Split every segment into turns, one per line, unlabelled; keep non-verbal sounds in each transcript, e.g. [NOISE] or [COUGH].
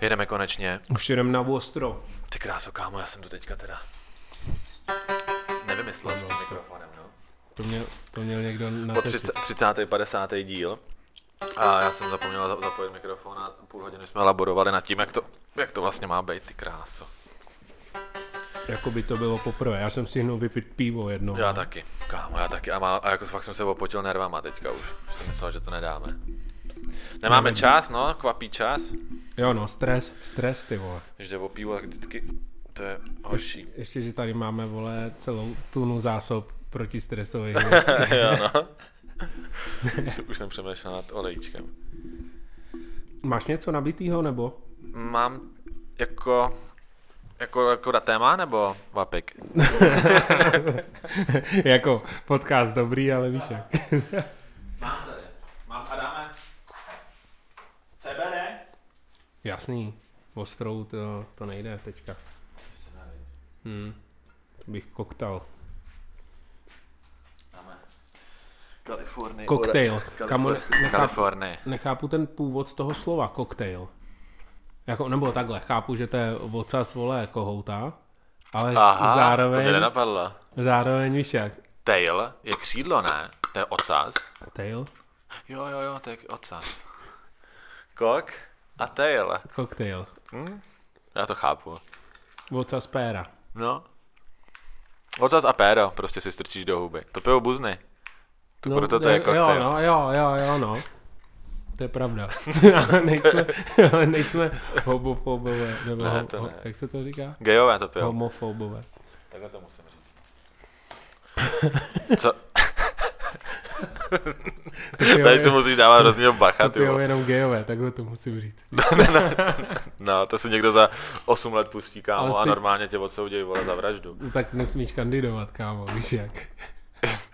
Jedeme konečně.
Už jenom na ostro.
Ty kráso, kámo, já jsem tu teďka teda... Nevymyslel jsem mikrofonem, no.
To měl, to měl někdo na
Po 30, 30. 50. díl. A já jsem zapomněl za- zapojit mikrofon a půl hodiny jsme laborovali nad tím, jak to, jak to vlastně má být, ty kráso.
Jako by to bylo poprvé. Já jsem si hnul vypít pivo jedno.
Já taky, kámo, já taky. A, má, a jako fakt jsem se opotil nervama teďka už. Už jsem myslel, že to nedáme. Nemáme čas, no, kvapí čas.
Jo no, stres, stres ty vole.
Když jde o pivo, tak vždycky to je horší.
Ještě, že tady máme vole celou tunu zásob
[LAUGHS]
proti stresových.
[LAUGHS] jo, no. Už- [LAUGHS] Už jsem přemýšlel nad olejčkem.
Máš něco nabitýho nebo? [LAUGHS]
Mám jako... Jako, jako na téma nebo vapik?
jako podcast dobrý, ale víš jak. [LAUGHS]
Mám tady. Mám a dáme. CBD?
Jasný, ostrou to, to nejde teďka. Hmm. To bych koktal.
Dáme.
Kalifornie.
Koktejl. Kamo, nechápu,
Kalifornie.
nechápu ten původ toho slova koktejl. Jako, nebo takhle, chápu, že to je vocas vole kohouta, ale
Aha, zároveň... to mě
zároveň,
nenapadlo.
zároveň víš jak.
Tail je křídlo, ne? To je ocas.
Tail?
Jo, jo, jo, to je ocas. Kok a tail.
Koktejl.
Já to chápu.
Vocas péra.
No. Ocas a péro, prostě si strčíš do huby. To pijou buzny. To no, proto to je koktejl.
Jo, no, jo, jo, jo, no. To
[LAUGHS]
je pravda. ale nejsme, [LAUGHS] ale nejsme homofobové. Nebo
Ne,
ne,
to
ho,
ne.
jak se to říká?
Gejové to pijou. [LAUGHS]
Homofobové.
Takhle to musím říct. Co?
To pijou,
Tady si
jen,
musíš dávat rozdíl bacha,
to
ty
pijou
vole.
jenom gejové, takhle to musím říct.
No, to si někdo za 8 let pustí,
Ale
kámo, a
ty-
normálně tě odsoudějí, vole, za vraždu.
No, tak nesmíš kandidovat, kámo, víš jak.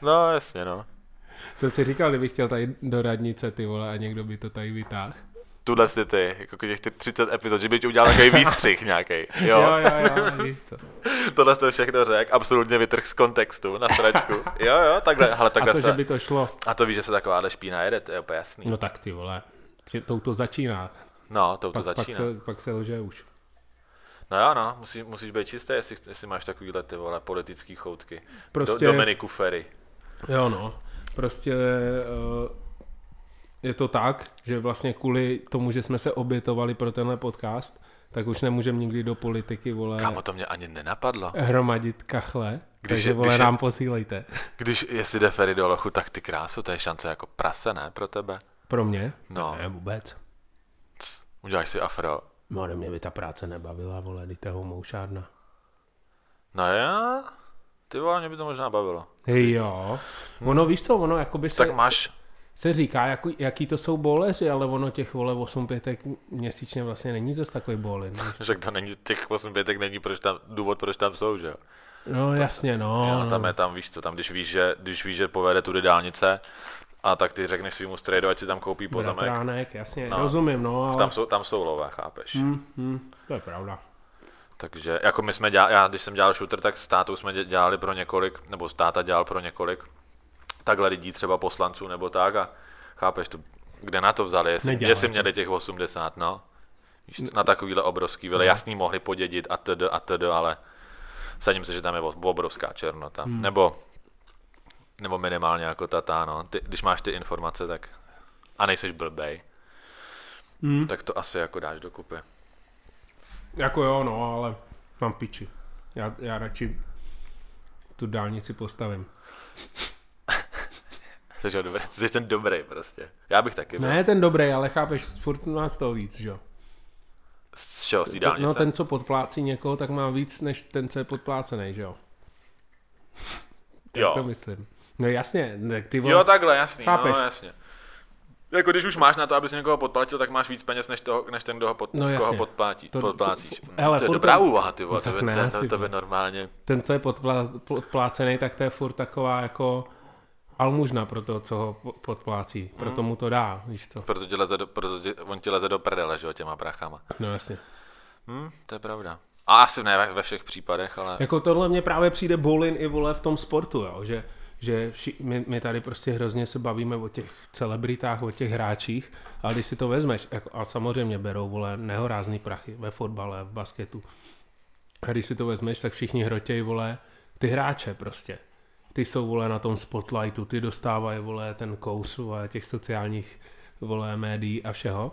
No, jasně, no.
Co si říkal, kdybych chtěl tady do radnice, ty vole, a někdo by to tady vytáhl?
Tuhle jsi ty, jako těch ty 30 epizod, že by ti udělal takový výstřih
[LAUGHS]
nějaký. Jo.
jo, jo, jo víš to.
Tohle jste všechno řekl, absolutně vytrh z kontextu na sračku. jo, jo, takhle, ale
A
takhle
to,
se...
že by to šlo.
A to víš, že se takováhle špína jede, to je úplně jasný.
No tak ty vole, tě- tou to začíná.
No, to, to
Pak, pak,
začíná.
se, pak se lže už.
No jo, no, musí, musíš být čistý, jestli, jestli máš takovýhle ty vole politický choutky.
Prostě-
Do, Dominiku Ferry.
Jo no, prostě eh, je to tak, že vlastně kvůli tomu, že jsme se obětovali pro tenhle podcast, tak už nemůžeme nikdy do politiky, vole,
Kámo, to mě ani nenapadlo.
hromadit kachle,
Když
když
je-
takže, vole,
když je-
nám posílejte.
Když jestli jde Ferry do lochu, tak ty krásu, to je šance jako prase, ne, pro tebe?
Pro mě?
No.
Ne, vůbec.
Cs, uděláš si afro.
No, ale mě by ta práce nebavila, vole, teď to je homoušárna.
No jo, ty vole, mě by to možná bavilo.
Jo. Ono, víš co, ono jakoby se,
Hmm. Tak máš, [LAUGHS]
se říká, jak, jaký to jsou boleři, ale ono těch, vole, 8 pětek měsíčně vlastně není zase takový bolin.
že to není, těch 8 pětek není proč tam, důvod, proč tam jsou, že jo?
No, jasně, no.
Jo,
no.
tam je tam, víš co, tam když víš, že, když víš, že povede tudy dálnice, a tak ty řekneš svýmu strejdu, ať si tam koupí pozemek.
Bratránek, jasně, no. rozumím, no, ale...
Tam jsou, tam jsou lové, chápeš?
Hm, hm, to je pravda.
Takže jako my jsme dělali, já když jsem dělal shooter, tak s tátou jsme dě- dělali pro několik, nebo s táta dělal pro několik takhle lidí, třeba poslanců nebo tak a chápeš to, kde na to vzali, jestli,
Nedělali.
jestli měli těch 80, no. Víš co, Na takovýhle obrovský vile, jasný mohli podědit a td, a td, ale sadím se, že tam je o- obrovská černota. Hmm. Nebo, nebo minimálně jako tatá, no. Ty, když máš ty informace, tak a nejseš blbej,
Hm.
tak to asi jako dáš dokupy.
Jako jo, no, ale mám piči. Já, já radši tu dálnici postavím.
Jsi, ho dobrý, jsi ten dobrý prostě. Já bych taky byl.
Ne ten dobrý, ale chápeš, furt nás toho víc, že jo?
Z čeho, z té
To-
dálnice?
No ten, co podplácí někoho, tak má víc, než ten, co je podplácený, že jo? Tak
jo.
to myslím. No jasně, ne, ty vole,
jo, takhle, jasný,
Chápeš?
no jasně. Jako když už máš na to, abys někoho podplatil, tak máš víc peněz, než, toho, než ten, kdo ho, pod,
No,
no, koho
jasně.
podplátí, to,
To-
podplácíš.
f- f- hele,
to je
furt
dobrá
ten-
úvaha, ty vole,
No, tak
tebe,
ne,
ne,
asi,
to, tebe
no.
normálně.
ten, co je podplá, podplácený, tak to je furt taková jako almužna pro to, co ho po- podplácí. Proto mu to dá, víš co?
Proto, ti leze do, proto ti, on ti leze do prdele, že jo, těma prachama.
No jasně.
Hm, to je pravda. A asi ne ve, ve všech případech, ale...
Jako tohle mě právě přijde bolin i vole v tom sportu, jo? že že vši, my, my tady prostě hrozně se bavíme o těch celebritách, o těch hráčích, ale když si to vezmeš, jako, a samozřejmě berou vole nehorázný prachy ve fotbale, v basketu, a když si to vezmeš, tak všichni hrotěj vole ty hráče prostě. Ty jsou vole na tom spotlightu, ty dostávají vole ten kous vole, těch sociálních vole médií a všeho.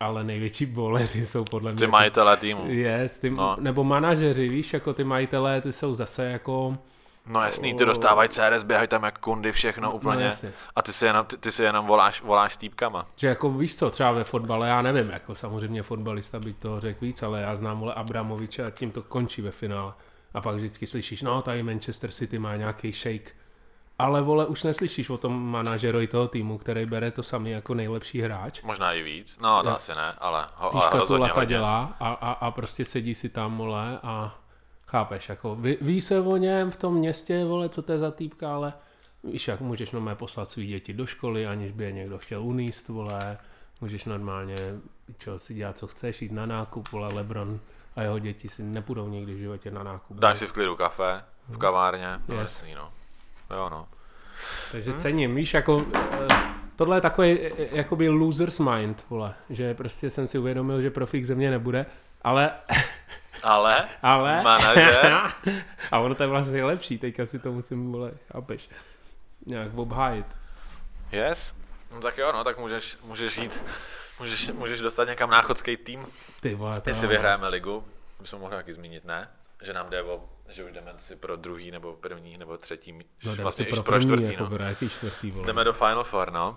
Ale největší boleři jsou podle mě...
Ty majitelé týmu.
Yes, ty,
No.
no. nebo manažeři, víš, jako ty majitelé, ty jsou zase jako...
No jasný, ty dostávají CRS, běhají tam jak kundy, všechno úplně.
No, jasně.
a ty si jenom, ty, ty si jenom voláš, voláš s týpkama.
Že jako víš co, třeba ve fotbale, já nevím, jako samozřejmě fotbalista by to řekl víc, ale já znám vole Abramoviče a tím to končí ve finále. A pak vždycky slyšíš, no tady Manchester City má nějaký shake. Ale vole, už neslyšíš o tom manažerovi toho týmu, který bere to samý jako nejlepší hráč.
Možná i víc. No, to asi ne, ale, ho, ale
Píška tu
rozhodně
lata
hodně.
dělá a, a, a, prostě sedí si tam, vole, a chápeš, jako ví, ví, se o něm v tom městě, vole, co to je za týpka, ale víš, jak můžeš normálně poslat svý děti do školy, aniž by je někdo chtěl uníst, vole, můžeš normálně čo, si dělat, co chceš, jít na nákup, vole, Lebron a jeho děti si nepůjdou nikdy v životě na nákup.
Dáš si v klidu kafe, v kavárně, no
Mhm. Yes.
jasný, no. Jo, no.
Takže
Hm?
cením, víš, jako eh, tohle je takový eh, jakoby loser's mind, vole, že prostě jsem si uvědomil, že profík země nebude, ale
Ale,
Ale...
manažer,
[LAUGHS] a ono to je vlastně lepší, teďka si to musím, vole, chápeš, nějak obhájit.
yes, no, tak jo, no, tak můžeš, můžeš jít, můžeš, můžeš dostat někam náchodský tým,
Ty vole, to
jestli
jo.
vyhrajeme ligu, my jsme mohli taky zmínit, ne? Že nám jde o, že už jdeme si pro druhý, nebo první, nebo třetí,
No, jdeme
vlastně
si
i pro,
pro,
pro
první,
čtvrtý,
jako
no.
pro jaký čtvrtý, vole.
Jdeme do Final Four, no.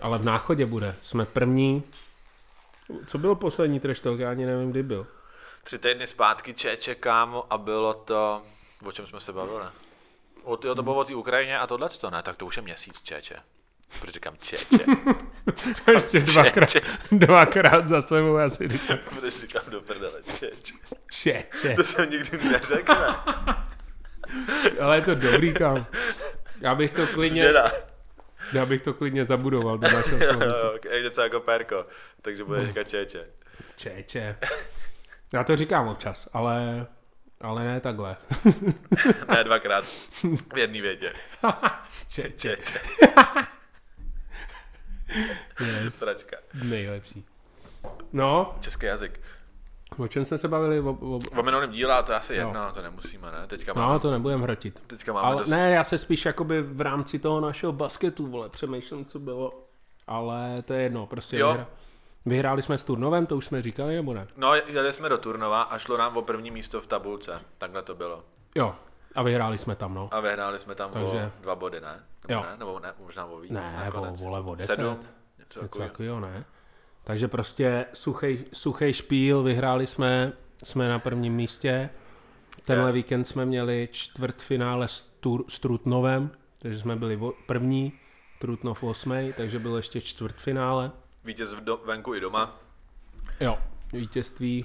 Ale v náchodě bude, jsme první. Co byl poslední trash talk? já ani nevím,
[LAUGHS]
kdy byl.
Tři týdny zpátky čeče, kámo, a bylo to, o čem jsme se bavili? O, jo, to bylo o té Ukrajině a tohle to ne, tak to už je měsíc čeče. Proč říkám
[LAUGHS]
čeče?
Ještě dvakrát,
Čeče.
dvakrát za sebou, já si říkám,
Proč říkám do prdele čeče?
če, če.
To jsem nikdy neřekl, ne?
Ale je to dobrý, kam. Já bych to klidně,
Změna.
já bych to klidně zabudoval do
[LAUGHS]
našeho
Jo,
slova.
jo, ok, něco jako perko, takže bude říkat čeče.
Če, če. Já to říkám občas, ale, ale ne [LAUGHS] takhle.
Ne, dvakrát v jedné větě.
Če, če.
Čeče,
Yes.
sračka.
Nejlepší. No,
Český jazyk.
o čem jsme se bavili? O, o...
O minulém díle, a to je asi jedno, no, to nemusíme, ne? Teďka máme,
No, to nebudem hrotit.
teďka máme
Ale
dost.
ne, já se spíš jakoby v rámci toho našeho basketu, vole, přemýšlím, co bylo. Ale to je jedno, prostě
Jo.
vyhra... vyhráli jsme s Turnovem, to už jsme říkali, nebo ne?
No, jeli jsme do Turnova a šlo nám o první místo v tabulce. Takhle to bylo.
Jo, a vyhráli jsme tam, no.
A vyhráli jsme tam Takže...
Takže-
o dva body, ne? Nebo
Jo.
ne? Nebo ne, možná o víc.
Ne,
nakonec.
o- vole, o deset.
Sedm, něco
Něco
takového.
takového, ne? Takže prostě suchý, suchý špíl, vyhráli jsme, jsme na prvním místě. Tenhle
Yes.
yes. víkend jsme měli čtvrtfinále s, Tur- s Trutnovem, takže jsme byli vo- první, Trutnov osmý, takže bylo ještě čtvrtfinále.
Vítěz v do, venku i doma.
Jo, vítězství,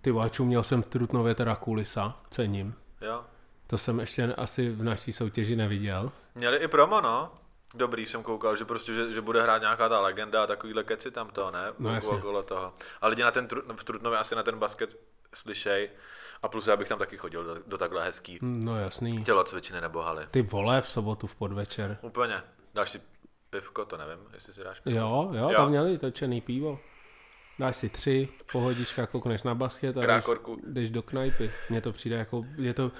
ty váčů, měl jsem v Trutnově teda kulisa, cením.
Jo.
To jsem ještě asi v naší soutěži neviděl.
Měli i promo, no. Dobrý jsem koukal, že prostě, že, že bude hrát nějaká ta legenda a takovýhle keci tam to, ne?
No, jasně.
Okolo toho. A lidi na ten, Tru- v Trutnově asi na ten basket slyšej. A plus já bych tam taky chodil do, do takhle hezký
No jasný.
tělocvičny nebo haly.
Ty vole, v sobotu v podvečer.
Úplně. Dáš si pivko, to nevím, jestli si dáš
Jo, jo,
Jo.
jo, tam měli točený pivo. Dáš si tři, pohodička, koukneš na basket a jdeš,
Krákorku.
jdeš do knajpy. Mně to přijde jako, je to,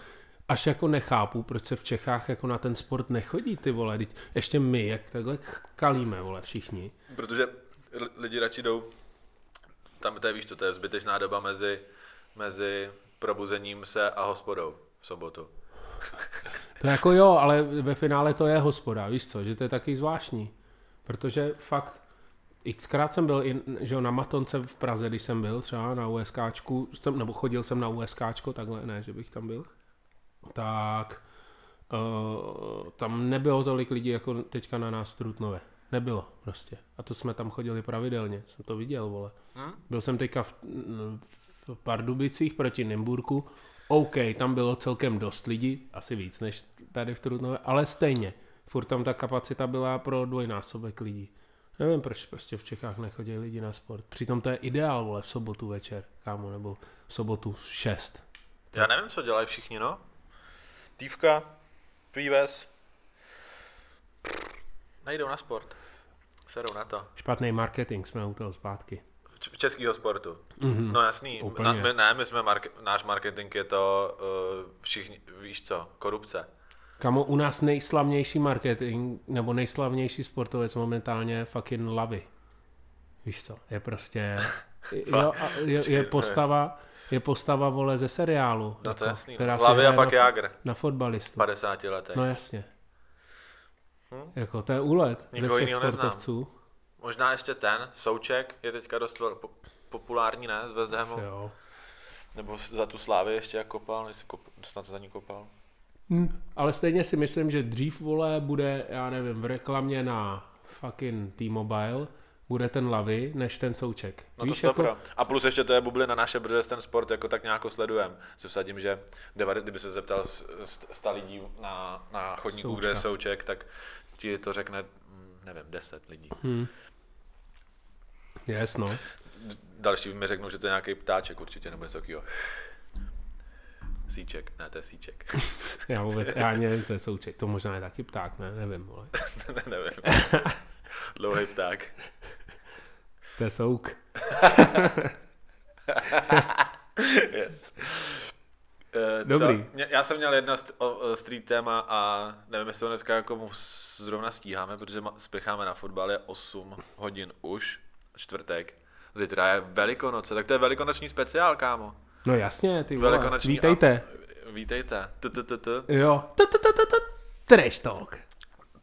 až jako nechápu, proč se v Čechách jako na ten sport nechodí ty vole, Vždyť ještě my, jak takhle ch- kalíme vole všichni.
Protože l- lidi radši jdou, tam to je, víš co, to je zbytečná doba mezi, mezi probuzením se a hospodou v sobotu.
To jako jo, ale ve finále to je hospoda, víš co, že to je taky zvláštní. Protože fakt, xkrát jsem byl i, že jo, na Matonce v Praze, když jsem byl třeba na USKčku, jsem, nebo chodil jsem na USKčko, takhle ne, že bych tam byl, tak uh, tam nebylo tolik lidí jako teďka na nás v Trutnově. Nebylo prostě. A to jsme tam chodili pravidelně, jsem to viděl, vole. Byl jsem teďka v, v Pardubicích proti Nymburku. OK, tam bylo celkem dost lidí, asi víc než tady v Trutnově, ale stejně. Furt tam ta kapacita byla pro dvojnásobek lidí. Nevím, proč prostě v Čechách nechodí lidi na sport. Přitom to je ideál, vole, v sobotu večer, kámo, nebo v sobotu v 6.
Já nevím, co dělají všichni, no. Dívka, píves, Nejdou na sport. Serou na to.
Špatný marketing, jsme u toho zpátky.
Č- českýho sportu. Mm-hmm. No jasný,
Mhm. Úplně.
na, my, ne, my jsme, marke- náš marketing je to uh, všichni, víš co, korupce.
Kamo, u nás nejslavnější marketing, nebo nejslavnější sportovec momentálně je fucking Lavy. Víš co,
[LAUGHS]
je prostě, jo, a je, je postava, je postava, vole, ze seriálu.
No to
jako,
je jasný.
která se
Hlavy a
hraje
pak Hm?
na,
Jágr,
Na fotbalistu.
50 letech.
No jasně. Jako, to je úlet
Hm? Nikoho
ze všech
jinýho neznám.
sportovců.
Možná ještě ten, Souček, je teďka dost vel- po- populární, ne, z West
Asi
Hamu.
Jo.
Nebo s- za tu slávy ještě jak kopal, jestli kop, snad za ní kopal.
Hm. Ale stejně si myslím, že dřív vole bude, já nevím, v reklamě na fucking T-Mobile bude ten lavy, než ten souček.
No Víš, to jako... pro. A plus ještě to je bublina naše, protože ten sport jako tak nějak sledujeme. Se vsadím, že deva- kdyby se zeptal z- z- 100 lidí na, na chodníku, Součka. kde je
Součka.
Souček, tak ti to řekne, mm, nevím, 10 lidí.
Hm. Yes, no.
D- Další mi řeknou, že to je nějaký ptáček určitě, nebo něco takového. Síček, ne, to je síček. [LAUGHS]
Já vůbec, já ani nevím, co je souček. To možná je taky pták, ne? Nevím, vole.
ne,
[LAUGHS]
nevím. Dlouhý pták.
To je souk.
[LAUGHS] Yes. Eh,
Dobrý.
Co? Mě- Já jsem měl jedno st- o- o street téma a nevím, jestli ho dneska jako mu s- zrovna stíháme, protože ma- spěcháme na fotbal, je 8 hodin už, čtvrtek. Zítra je Velikonoce, tak to je velikonoční speciál, kámo.
No jasně, ty vole.
Velikonoční
Vítejte.
A... Vítejte. Tu, tu, tu, tu.
Jo. Tu, tu, tu, tu, tu. Trash talk.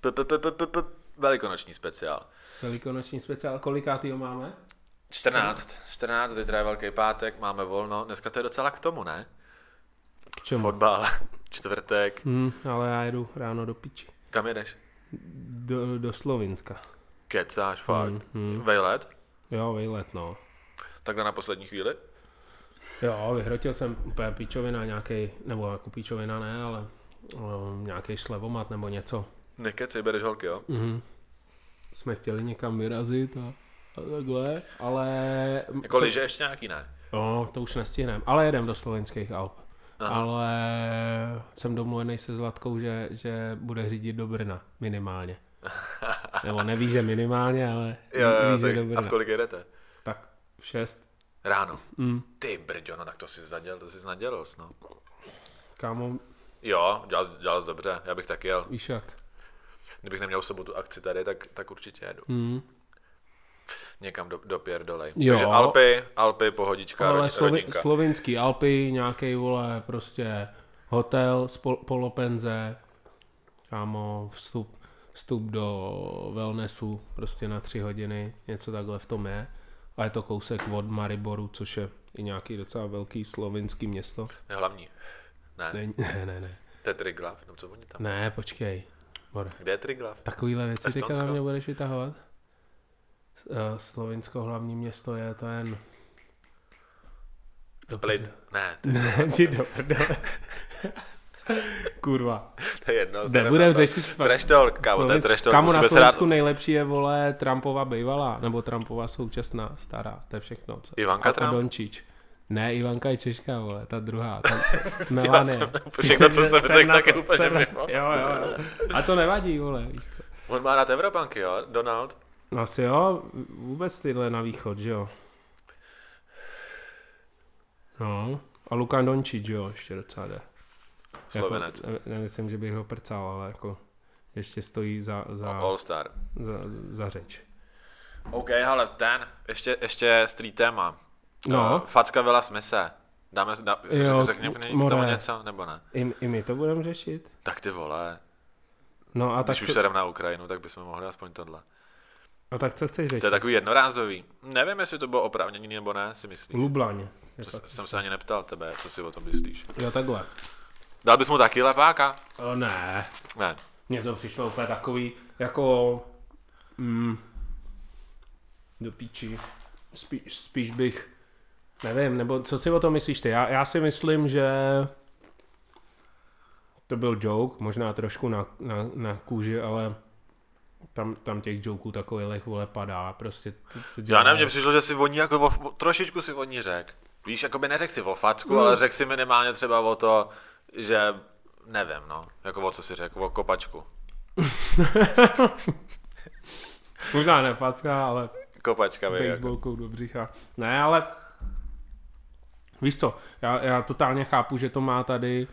P, p, p, p, p, p. Velikonoční speciál.
Velikonoční speciál, kolikátý ho máme?
14. 14, zítra je Velký pátek, máme volno. Dneska to je docela k tomu, ne?
K čemu?
Fotbal, [LAUGHS] čtvrtek.
Hm, ale já jedu ráno do piči.
Kam jedeš?
Do, do Slovinska.
Kecáš,
Hmm.
fakt. Mm, mm. Vejlet?
Jo, vejlet, no.
Takhle na poslední chvíli?
Jo, vyhrotil jsem úplně píčovina nějaký, nebo jako píčovina ne, ale um, nějaký šlevomat nebo něco.
Nekecej, bereš holky, jo?
Mhm. Jsme chtěli někam vyrazit a, a takhle, ale...
Jako liže ještě nějaký ne.
[LAUGHS] Jo, to už nestihneme, ale jedem do slovenských Alp.
Aha.
Aha. Ale jsem domluvený se Zlatkou, že, že bude řídit do Brna minimálně. Nebo neví, že minimálně, ale
[LAUGHS] Jo, jo,
ví, že
tak,
do
a
Brna.
v kolik jedete?
Tak v šest.
Ráno.
Mm.
Ty brďo, no tak to jsi zaděl, to jsi nadělil, no.
Kámo,
Jo, dělal, dělal jsi dobře, já bych tak jel.
víš jak.
Kdybych neměl v sobotu akci tady, tak, tak určitě jedu.
Mm.
Někam do, do Pier dolej.
Jo.
Takže Alpy, Alpy, pohodička,
Ale
Ale
slovi,
rodinka.
slovinský Alpy, nějaký vole, prostě hotel, spol, polopenze, kámo, vstup, vstup do wellnessu, prostě na tři hodiny, něco takhle v tom je. A je to kousek od Mariboru, což je i nějaký docela velký slovinský město.
Je Hlavní. Ne,
Ne, ne, ne, ne.
to je Triglav, no co oni tam?
Ne, počkej. More.
Kde je Triglav?
Takovýhle věci teďka na
Estonsko.
mě budeš vytahovat? Eh, Slovinsko hlavní město je ten... [LAUGHS]
Split. Ne, to je-
Ne, ti do prdele. Kurva.
to je jedno.
Ne,
zdravím
budem
to.
řešit fakt.
Trash talk, kámo, to je
Slovensk-
trash talk.
Kámo, na
musíme se rád-
Slovensku nejlepší je, vole, Trumpova bývalá, nebo Trumpova současná, stará, to je všechno. Co...
Ivanka
a,
Trump?
A Dončič. Ne, Ivanka je Češka, vole, ta
[LAUGHS]
druhá. Ta,
Já
Melanie.
jsem- [LAUGHS]
Ty
Všechno, co
jsem-
jsem
jsem
řekl,
na
tak je
to-
úplně
jsem na-
mimo.
Jo, jo, jo. A to nevadí, vole, víš co.
On má rád Evropanky, jo? Donald?
No Asi jo, vůbec tyhle na východ, že jo. No, a Luka Dončič, jo, ještě docela jde.
Slovenec.
Jako, ne- nemyslím, že bych ho prcal, ale jako ještě stojí za, za,
All Star.
za, za řeč.
OK, ale ten, ještě, ještě street téma.
No.
Uh, facka Vela Smise. Dáme, dá,
Jo,
řekněme k
more.
tomu něco, nebo ne?
I, I my to budeme řešit.
Tak ty vole,
No a tak,
když už
co,
se jdem na Ukrajinu, tak bychom mohli aspoň tohle.
a tak co chceš
To je
řešit?
takový jednorázový. Nevím, jestli to bylo oprávněný nebo ne, si myslím.
Lublaň.
To
Jako-
s- jsem se ani neptal tebe, co si o tom myslíš.
Jo, takhle.
Dal bys mu taky lepáka?
O ne,
Ne.
mně to přišlo úplně takový, jako... Mm, do píči. Spíš, spíš bych... Nevím, nebo co si o tom myslíš ty? Já, já si myslím, že to byl joke, možná trošku na, na, na kůži, ale tam, tam těch joků takových vole padá, prostě to, to
Já
dělá-
nevím, mně přišlo, že si voní jako o, o, trošičku si voní řek. Víš, jako by neřekl si o facku, ale řekl si minimálně třeba o to, že nevím, no, jako o co si řekl, o kopačku.
Možná ne facka, ale
Kopačka, vej, jako.
baseballkou do břicha. Ne, ale víš co, já, já totálně chápu, že to má tady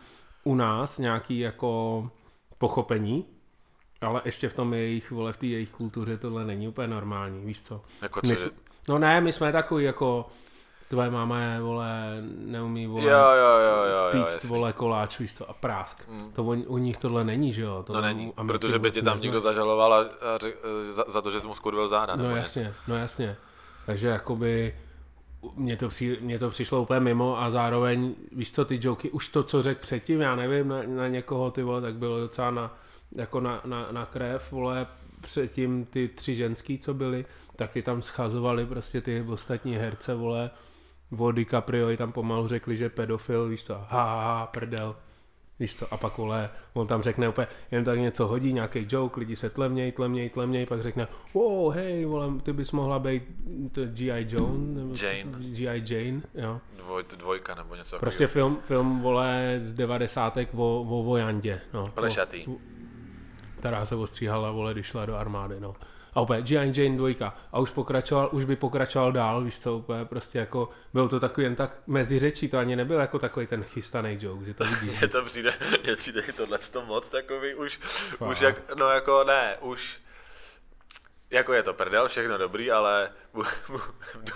u nás nějaký jako pochopení, ale ještě v tom jejich, vole, v té jejich kultuře tohle není úplně normální, víš co.
Jako
My
co,
jsme, no ne, my jsme takový jako, tvoje máma je, vole, neumí, vole,
Jo, jo, jo, jo, jo
píct,
jasně.
vole, koláč, víš co, a prásk. To on, u nich tohle není, že jo? To
Hmm. No
tam
není,
Americe
protože by
vůbec
tě tam
neznají.
někdo zažaloval a, a řek, eh, za, za, to, že jsi mu skurvil záda. nebo
No
něco.
jasně, no jasně. Takže jakoby mně to, při, mně to přišlo úplně mimo a zároveň, víš co, ty joky, už to, co řekl předtím, já nevím, na, na někoho, ty vole, tak bylo docela na, jako na, na, na krev, vole, předtím ty tři ženský, co byly, tak ty tam schazovali prostě ty ostatní herce, vole, o DiCaprio i tam pomalu řekli, že pedofil, víš co, ha, ha, ha prdel. Víš co, a pak vole, on tam řekne úplně, jen tak něco hodí, nějaký joke, lidi se tlemněj, tlemněj, tlemněj, pak řekne, wow, hej, vole, ty bys mohla být to G.I. Joan, nebo co-
Jane.
G.I. Jane, jo.
Dvoj, dvojka nebo něco
Prostě film, film, vole, z devadesátek o, o Vojandě, no.
Plešatý.
O, která se ostříhala, vole, když šla do armády, no. A opět G.I. Jane 2. A už pokračoval, už by pokračoval dál, víš co, úplně prostě jako, byl to takový jen tak mezi řečí, to ani nebyl jako takový ten chystaný joke, že to
[LAUGHS]
vidíš.
Mně to přijde, mně přijde i tohle to moc takový už, už
Fakt.
jak, no jako ne, už jako je to prdel, všechno dobrý, ale bu- bu-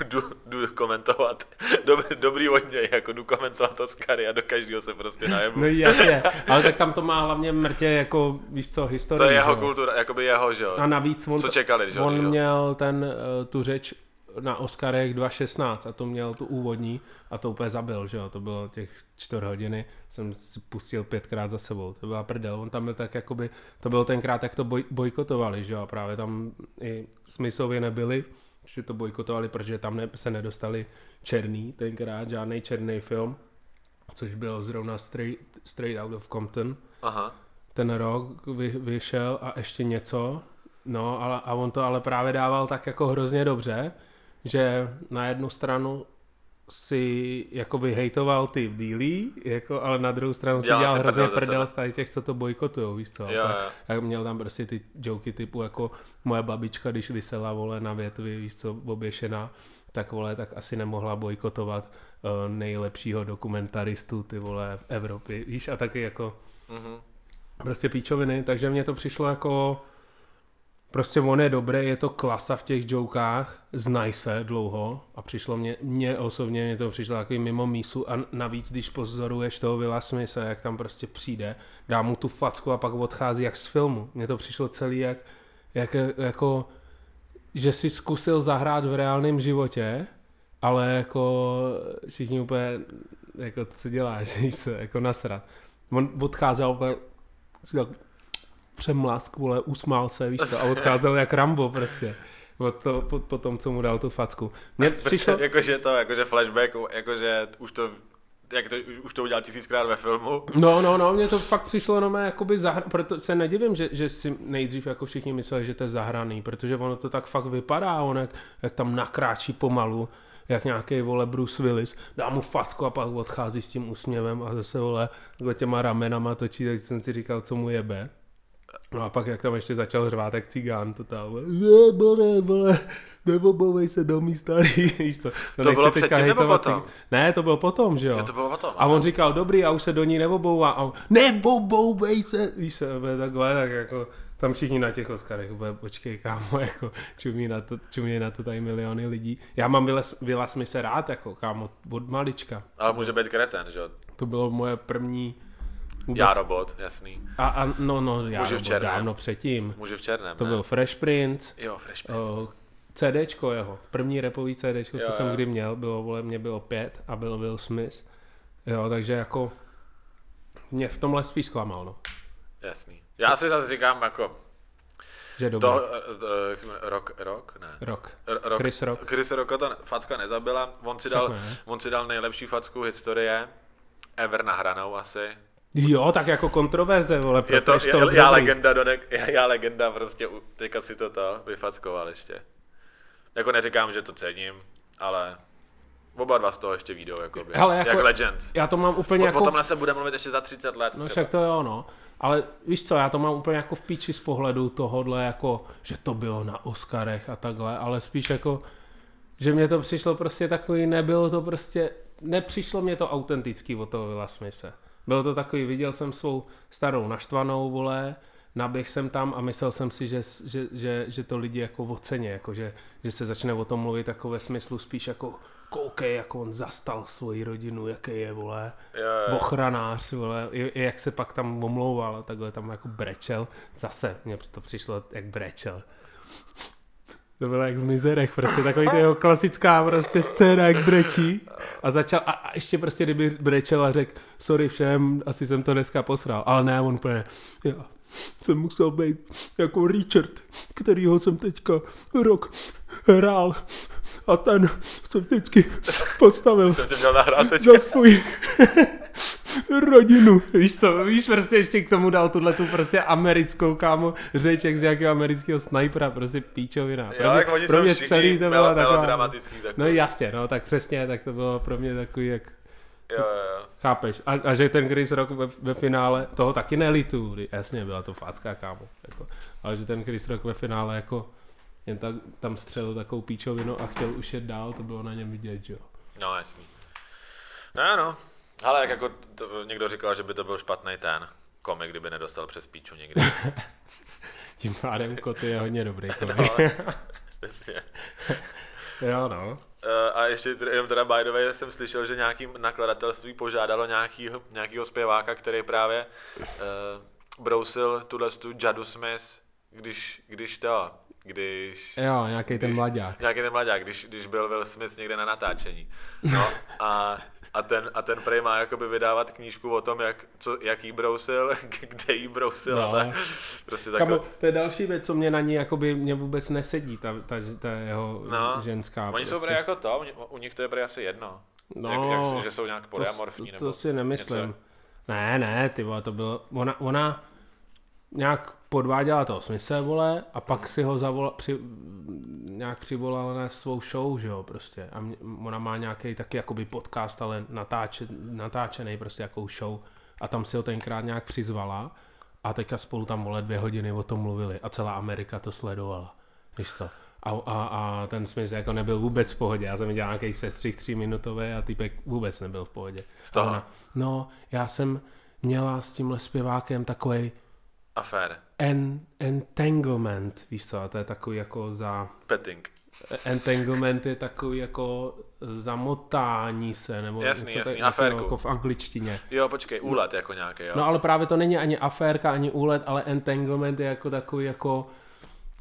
jdu, jdu, jdu komentovat, dob, dobrý od něj, jako jdu komentovat Oscary a do každého se prostě najebu.
No jasně, ale tak tam to má hlavně mrtě jako, víš co, historii.
to je
že
jeho
jo.
kultura, jakoby jeho, že jo.
A navíc on,
Co čekali, že jo,
on
že jo?
měl ten, eh, tu řeč na Oscarech 2.16 a to měl tu úvodní a to úplně zabil, že jo, to bylo těch čtvrt hodiny, jsem si pustil pětkrát za sebou, to byla prdel, on tam byl tak jakoby, to bylo tenkrát, jak to boj, bojkotovali, že jo, a právě tam i smyslově nebyli, že to bojkotovali, protože tam ne, se nedostali černý tenkrát, žádný černý film, což byl zrovna Straight, straight Out of Compton,
Aha.
ten rok vy, vyšel a ještě něco. No ale, a on to ale právě dával tak jako hrozně dobře, že na jednu stranu si jakoby hejtoval ty bílý, jako, ale na druhou stranu si
Dělal
dělal,
si prdel
hrozně
ze sebe.
prdel z tady těch, co to bojkotujou, víš co?
Jo,
tak,
jo.
tak měl tam prostě ty joky typu jako moje babička, když vysela vole na větvi, víš co, oběšená, tak vole, tak asi nemohla bojkotovat uh, nejlepšího dokumentaristu ty vole v Evropě, víš, a taky jako
Mhm.
prostě píčoviny, takže mně to přišlo jako prostě on je dobrý, je to klasa v těch jokách, znají se dlouho a přišlo mě, mě osobně mě to přišlo takový mimo mísu a navíc, když pozoruješ toho Vila Smise, jak tam prostě přijde, dá mu tu facku a pak odchází jak z filmu. Mně to přišlo celý jak, jak jako, že si zkusil zahrát v reálném životě, ale jako všichni úplně, jako co děláš, [LAUGHS] víš co, jako nasrat. On odcházel úplně si tak přemlask, vole, usmál se, víš co, a odcházel jak Rambo prostě. Od to, po, po, tom, co mu dal tu facku. Mně
[LAUGHS]
přišlo,
jakože to, jakože flashback, jakože už to, jak to, už to udělal tisíckrát ve filmu.
No, no, no, mně to fakt přišlo no jakoby zahr... proto se nedivím, že, že si nejdřív jako všichni mysleli, že to je zahraný, protože ono to tak fakt vypadá, on jak, jak tam nakráčí pomalu, jak nějaký vole Bruce Willis, dá mu facku a pak odchází s tím úsměvem a zase vole takhle těma ramenama točí, tak jsem si říkal, co mu jebe. No a pak jak tam ještě začal řvát jak cigán totál, vole, ne, bole, vole, nebobovej se domí starý, [LAUGHS] víš co. To, nechci
bylo
teďka
předtím nebo
hejtovat
potom?
cig- Ne, to bylo potom, že jo.
Jo, to bylo o tom.
No. A on říkal, dobrý, a už se do ní nebobouvá. A on, nebobouvej se, víš, se bude takhle, tak jako tam všichni na těch Oscarech, úplně, počkej kámo, [LAUGHS] jako čumí na to, čumí na to tady miliony lidí. Já mám Vila, Vila Smise rád, jako kámo, od malička.
Ale může být kreten, že jo.
To bylo moje první vůbec.
Já robot, jasný.
A, a no, no, já
Muži v
nebo
černém.
dávno předtím.
Může v černém,
To
ne?
byl Fresh Prince,
Jo, Fresh Prince.
o, CDčko jeho, první repový CDčko,
Jo,
co jsem
jo.
kdy měl, bylo, vole, mě bylo pět a byl Will Smith. Jo, takže jako mě v tomhle spíš zklamal, no.
Jasný. Já si zase říkám jako
Že dobrý.
to,
To...
eh, jak se jmenuje, rok, rok, ne.
Rok.
R- Rock,
Chris Rock.
Chris Rocka to facka nezabila, on si, dal,
ne.
on si dal nejlepší facku historie, ever nahranou asi.
Jo, tak jako kontroverze, vole, pro
Je to,
trash
je,
talk
já,
dobrý.
legenda, donek, já, já legenda prostě, u- teďka si to to vyfackoval ještě. Jako neříkám, že to cením, ale Oba dva z toho ještě výjdou, jakoby.
Hele,
jako,
jako-
jak Legends.
Já to mám úplně
O,
jako...
o tomhle se bude mluvit ještě za 30 let
No
třeba.
však to jo, no. Ale víš co, já to mám úplně jako v píči z pohledu tohohle, jako, že to bylo na Oscarech a takhle, ale spíš jako, že mě to přišlo prostě takový, nebylo to prostě, nepřišlo mě to autentický od toho Vila Smise. Bylo to takový, viděl jsem svou starou naštvanou, vole, naběh jsem tam a myslel jsem si, že, že, že, že to lidi jako oceně, jako že, že se začne o tom mluvit jako ve smyslu spíš jako koukej, jako on zastal svoji rodinu, jaký je, vole
Jo, jo.
ochranář, vole, i, i jak se pak tam omlouval, a takhle tam jako brečel, zase mně to přišlo jak brečel. To bylo jak v mizerech, prostě takový ta jeho klasická prostě scéna, jak brečí a začal, a, a ještě prostě kdyby brečel a řekl, sorry všem, asi jsem to dneska posral, ale ne, on úplně, jo, jsem musel být jako Richard, kterýho jsem teďka rok hrál a ten jsem vždycky postavil
Jsem si měl nahrát
[LAUGHS]
teď. [LAUGHS]
za svůj rodinu. Víš co, víš, prostě ještě k tomu dal tuhle tu prostě americkou kámo řeč, jak z nějakého amerického snajpera, prostě píčovina.
Jo, tak oni
pro
jsou
mě
všichni
celý to
mel-
bylo taková...
melodramatický takový.
No jasně, no, tak přesně, tak to bylo pro mě takový, jak
Jo, jo, jo.
Chápeš? A, a že ten Chris Rock ve, ve finále, toho taky nelitu, kdy- jasně, byla to facka, kámo, jako, ale že ten Chris Rock ve finále jako jen tak, tam střelil takovou píčovinu a chtěl už jet dál, to bylo na něm vidět, že jo.
No, jasný. No, no. Ale jak jako to, někdo říkal, že by to byl špatný ten komik, kdyby nedostal přes píču někdy.
[LAUGHS] Tím pádem Koty je
[LAUGHS]
hodně dobrý
No,
komik.
Přesně.
Jo, no.
Eh, a ještě tr- jenom teda by the way, jsem slyšel, že nějaký nakladatelství požádalo nějakýho, nějakýho zpěváka, který právě uh, brousil tuhle tu Jadu Smith, když, když to, když...
Jo, nějaký ten mladák.
Nějaký ten mladák, když, když byl Will Smith někde na natáčení.
[LAUGHS]
No a, a ten, a ten prej má jakoby vydávat knížku o tom, jak, co, jak jí brousil, [LAUGHS] kde jí brousil,
No.
ale prostě
Kamo,
takhle.
to je další věc, co mě na ní jakoby mě vůbec nesedí, ta, ta, ta jeho
No.
no. ženská.
Oni jsou prej jako to, oni- u nich to je prej asi jedno.
No,
jak, jak, že jsou nějak
to, to,
jako polyamorfní.
to
nebo
si nemyslím.
něco.
Něco. Ne, ne, ty vole, to bylo, ona, ona nějak podváděla toho smysl, vole, a pak si ho zavola, při, nějak přivolala na svou show, že jo, prostě. A mě, ona má nějaký taky jakoby podcast, ale natáče, natáčený prostě jakou show. A tam si ho tenkrát nějak přizvala a teďka spolu tam, vole, dvě hodiny o tom mluvili a celá Amerika to sledovala. Víš co? A, a, a ten Smith jako nebyl vůbec v pohodě. Já jsem dělal nějaký sestřih tříminutový a typek vůbec nebyl v pohodě. Z
toho?
no, já jsem měla s tímhle zpěvákem takovej
Afér.
en, entanglement, víš co, a to je takový jako za,
Petting.
entanglement je takový jako zamotání se, nebo
Jasný,
něco tak-
jasný,
takového
aférku.
jako v angličtině.
Jo, počkej, úlet jako nějaký, jo.
No ale právě to není ani aférka, ani úlet, ale entanglement je jako takový jako,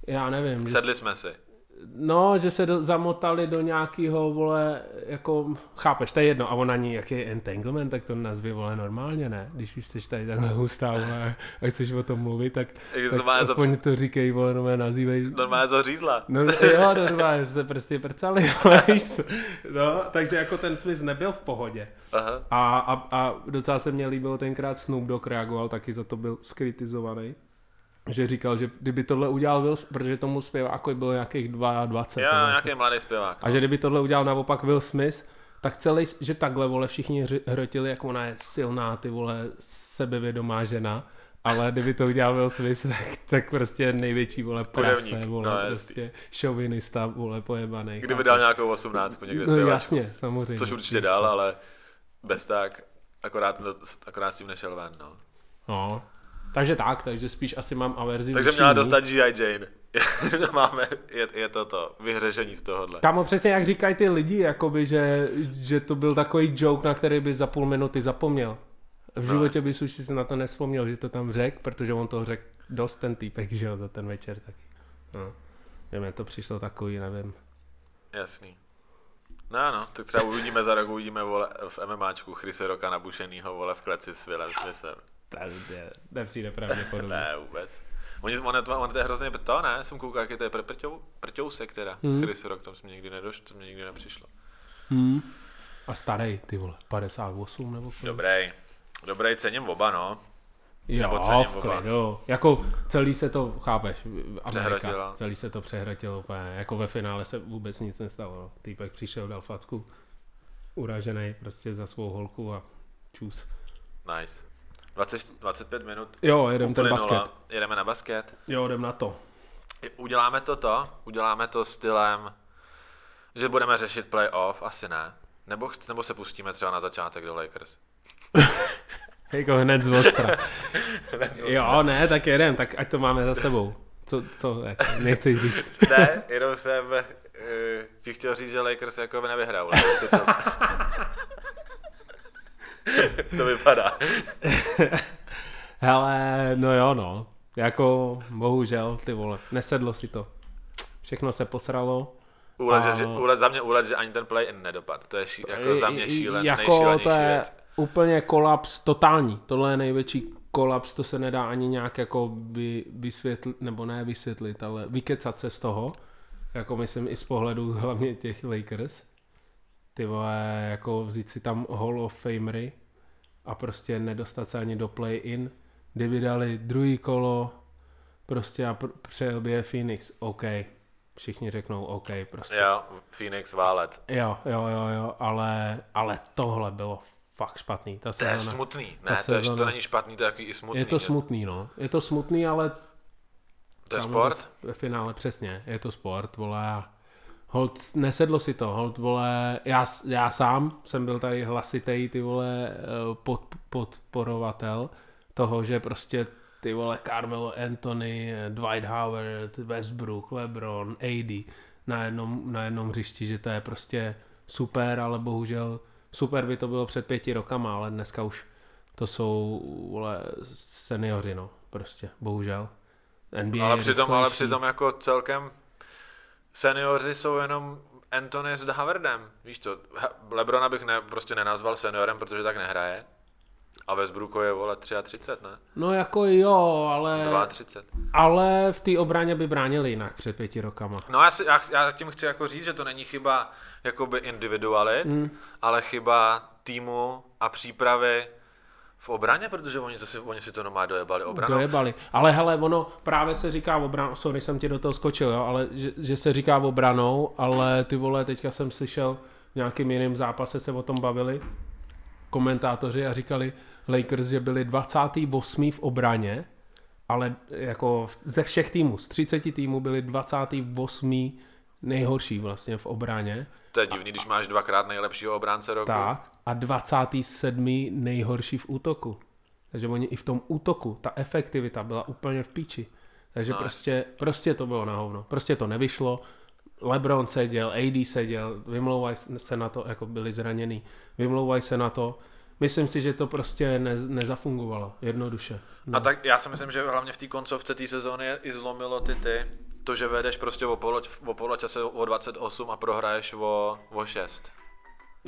já nevím, že,
Sedli jsme si.
no, že se do, zamotali do nějakého, vole, jako, chápeš, to je jedno, a on ani, jaký je entanglement, tak to nazvi, vole, normálně, ne? Když už jsi tady takhle hustá, vole, a chceš o tom mluvit, tak,
Takže
tak
to má za-
aspoň to říkej, vole, nové nazývej
Normálně zařízla.
No, jo, normálně jste prostě prcali, [LAUGHS] ale víš co. no, takže jako ten Swiss nebyl v pohodě.
Aha.
A, a, a docela se mně líbilo tenkrát Snoop Dogg reagoval, taky za to byl skritizovaný. Že říkal, že kdyby tohle udělal Will, Smith, protože tomu zpěváku bylo nějakých 22.
Jo,
nebo něco.
nějaký mladý zpěvák.
A že kdyby tohle udělal naopak Will Smith, tak celý, že takhle, vole, všichni ři- hrotili, jak ona je silná, ty vole, sebevědomá žena, ale kdyby to udělal Will Smith, [LAUGHS] tak, tak prostě největší, vole, prase,
Podevník,
vole,
no,
no,
jasný.
prostě šovinista, vole, pojebaný.
Kdyby
chápeš?
dal nějakou osmnáctku někde
No
zpěvák.
jasně, samozřejmě. prostě.
Což určitě
víš co.
dál, ale bez tak. Akorát, akorát s tím nešel ven, no.
No. Takže tak, takže spíš asi mám averzi
Takže
vůči
měla
ní.
dostat G.I. Jane. [LAUGHS] No, Máme, je, je to to, vyhřešení z tohohle.
Kámo, přesně jak říkají ty lidi, jakoby, že, že to byl takový joke, na který bys za půl minuty zapomněl. V životě bys už si na to nespomněl, že to tam řekl, protože on toho řekl dost ten týpek, že jo, za ten večer taky. No. Že mi to přišlo takový, nevím.
Jasný. No ano, tak třeba uvidíme za rok, uvidíme vole, v MMAčku Chrise Roka nabušenýho vole v kleci s Willem Smithem.
Takže nepřijde pravděpodobně.
Ne, vůbec. Oni, on, on, on to je hrozně to, ne? Jsem koukal, jak je to je pr- prťou, prťousek teda. Hmm. Chris Rock, tam jsme nikdy nedošli, to mi nikdy nepřišlo.
Hmm. A starý, ty vole, 58 nebo kolik?
Dobrý. Dobrý, cením oba, no. Nebo
Jo,
cením
v
oba.
klidu. Jako celý se to, chápeš, Amerika,
Přehrotila.
celý no. se to přehrotilo úplně. Jako ve finále se vůbec nic nestalo. Týpek přišel, dal facku. uražený prostě za svou holku a čus.
Nice. 20, 25 minut.
Jo, jedem ten
uplynulo.
basket.
Jedeme na basket.
Jo, jdem na to.
I- Uděláme to to, uděláme to stylem, že budeme řešit playoff, asi ne. Nebo, chc- nebo se pustíme třeba na začátek do Lakers.
Hejko, Jako hned z
[LAUGHS]
ostra. jo, ne, tak jedem, tak ať to máme za sebou. Co, co, jak, nechci říct.
Ne, jenom jsem uh, ti chtěl říct, že Lakers jako by nevyhrál. [LAUGHS] ale prostě to... to vypadá.
Hele, no jo, no. Jako, bohužel, ty vole, nesedlo si to. Všechno se posralo.
Úlet,
A-
že, že, úlet, za mě úlet, že ani ten play-in nedopad. To je ší, jako za mě
I- i-
šílen,
Jako
nejšílenější
to je
věc.
úplně kolaps totální. Tohle je největší kolaps, to se nedá ani nějak jako vy, vysvětlit, nebo ne vysvětlit, ale vykecat se z toho. Jako myslím i z pohledu [LAUGHS] hlavně těch Lakers. Ty vole, jako vzít si tam Hall of Famery a prostě nedostat se ani do play-in, kdyby dali druhý kolo, prostě a pr- přejel by je Phoenix, OK. Všichni řeknou OK, prostě.
Jo, Phoenix válec.
Jo, jo, jo, jo, ale, ale tohle bylo fakt špatný. Ta
To je
sezóna.
smutný.
Ta
Ne, to, je, to
sezóna.
není špatný, to je takový i smutný.
je to
že-
smutný, no. Je to smutný, ale...
To je
tam
sport.
zas- Ve finále, přesně. Je to sport, vole. a Hold, nesedlo si to, hold, vole, já, s- já sám jsem byl tady hlasitej, ty vole, eh, pod, podporovatel toho, že prostě ty vole Carmelo Anthony, eh, Dwight Howard, Westbrook, LeBron, AD na jednom, na jednom hřišti, že to je prostě super, ale bohužel super by to bylo před pěti rokama, ale dneska už to jsou vole, seniori, no, prostě, bohužel. NBA
Ale
je
přitom, ale
rychlejší.
přitom jako celkem seniori jsou jenom Anthony s Havardem. Víš to, Ha- Lebrona bych ne, prostě nenazval seniorem, protože tak nehraje. A Westbrooku je, vole, 33, ne?
No jako jo, ale,
32.
ale v té obraně by bránili jinak před pěti rokama.
No já, si, já, já tím chci jako říct, že to není chyba jakoby individualit, mm. ale chyba týmu a přípravy v obraně, protože oni, zase, oni si to normálně dojebali obranou.
Dojebali. Ale hele, ono právě se říká obranou, sorry, jsem ti do toho skočil, jo, ale že, že se říká obranou, ale ty vole, teďka jsem slyšel v nějakým jiným zápase se o tom bavili komentátoři a říkali Lakers, že byli 28. v obraně, ale jako v- ze všech týmů, z 30 týmů byli 28. nejhorší vlastně v obraně.
To je divný, když máš dvakrát nejlepšího obránce roku.
Tak. A 27. nejhorší v útoku. Takže oni i v tom útoku, ta efektivita byla úplně v píči. Takže no. prostě, prostě to bylo na hovno. Prostě to nevyšlo. LeBron seděl, AD seděl, vymlouvají se na to, jako byli zraněný, vymlouvají se na to. Myslím si, že to prostě ne, nezafungovalo, jednoduše.
A tak já si myslím, že hlavně v té koncovce té sezóny je i zlomilo ty ty, to, že vedeš prostě o, poloč, o poločase o 28 a prohraješ o, o 6.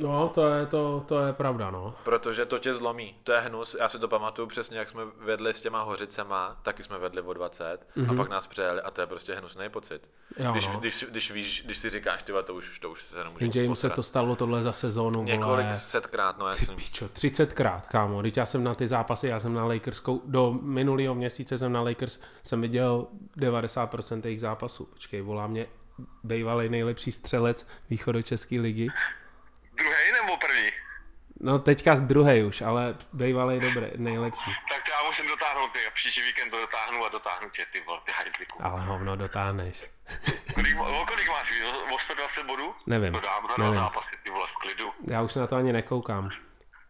No, to je, to, to je pravda, no.
Protože to tě zlomí. To je hnus. Já si to pamatuju přesně, jak jsme vedli s těma hořicema, taky jsme vedli o 20 mm-hmm. a pak nás přejeli a to je prostě hnusný pocit.
Mhm. Jo,
když,
no.
když, když, víš, když si říkáš, ty vole, to už, to už se nemůže
Jenže
moc
jim se
posrat.
to stalo tohle za sezónu,
Několik
vole.
setkrát, no jasný.
Pičo, 30krát, kámo. Teď já jsem na ty zápasy, já jsem na Lakers, kou- do minulého měsíce jsem na Lakers, jsem viděl 90% jejich zápasů. Počkej, volá mě bývalý nejlepší střelec východočeské ligy.
Druhý nebo první?
No teďka druhý už, ale bývalý dobrý, nejlepší.
Tak to já musím dotáhnout, ty. příští víkend to dotáhnu a dotáhnu tě, ty vole, ty hajzliku.
Ale hovno, dotáhneš.
Kolik, o kolik máš, víš, o- o 120 bodů?
Nevím,
To dám za dva
nevím.
zápasy, ty vole, v klidu.
Já už se na to ani nekoukám.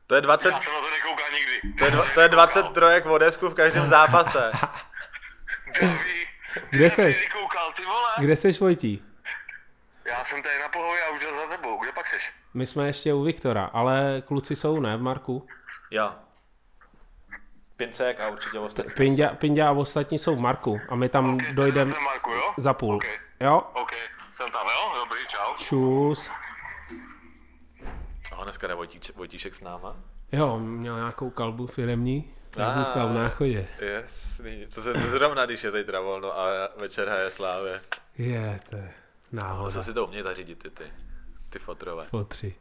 To je 20,
Já jsem na to nekoukal nikdy.
to je, dva- to je 23 o desku v každém
[LAUGHS]
zápase.
Dobrý.
Kde
jsem
seš?
nikdy koukal, ty vole.
Kde seš, Vojtí?
Já jsem tady na pohově a už za tebou, kde pak seš?
My jsme ještě u Viktora, ale kluci jsou, ne, v Marku?
Jo. Pincek a určitě ostatní.
Pindě, Pindě a ostatní jsou v Marku a my tam
Jsem-
dojdeme
Jsem Marku, jo?
za půl.
OK.
Jo?
OK, jsem tam, jo? Dobrý, čau.
Čus.
Ahoj, dneska jde Vojtíček, Vojtíšek s náma.
Jo, měl nějakou kalbu firemní, já
Ah.
zůstal v náchodě.
Jasný. Co se zrovna, když je zítra volno a večer hraje slávě.
Je, to je náhoda.
Co si to umějí zařídit ty, ty, ty fotrové.
Po tři.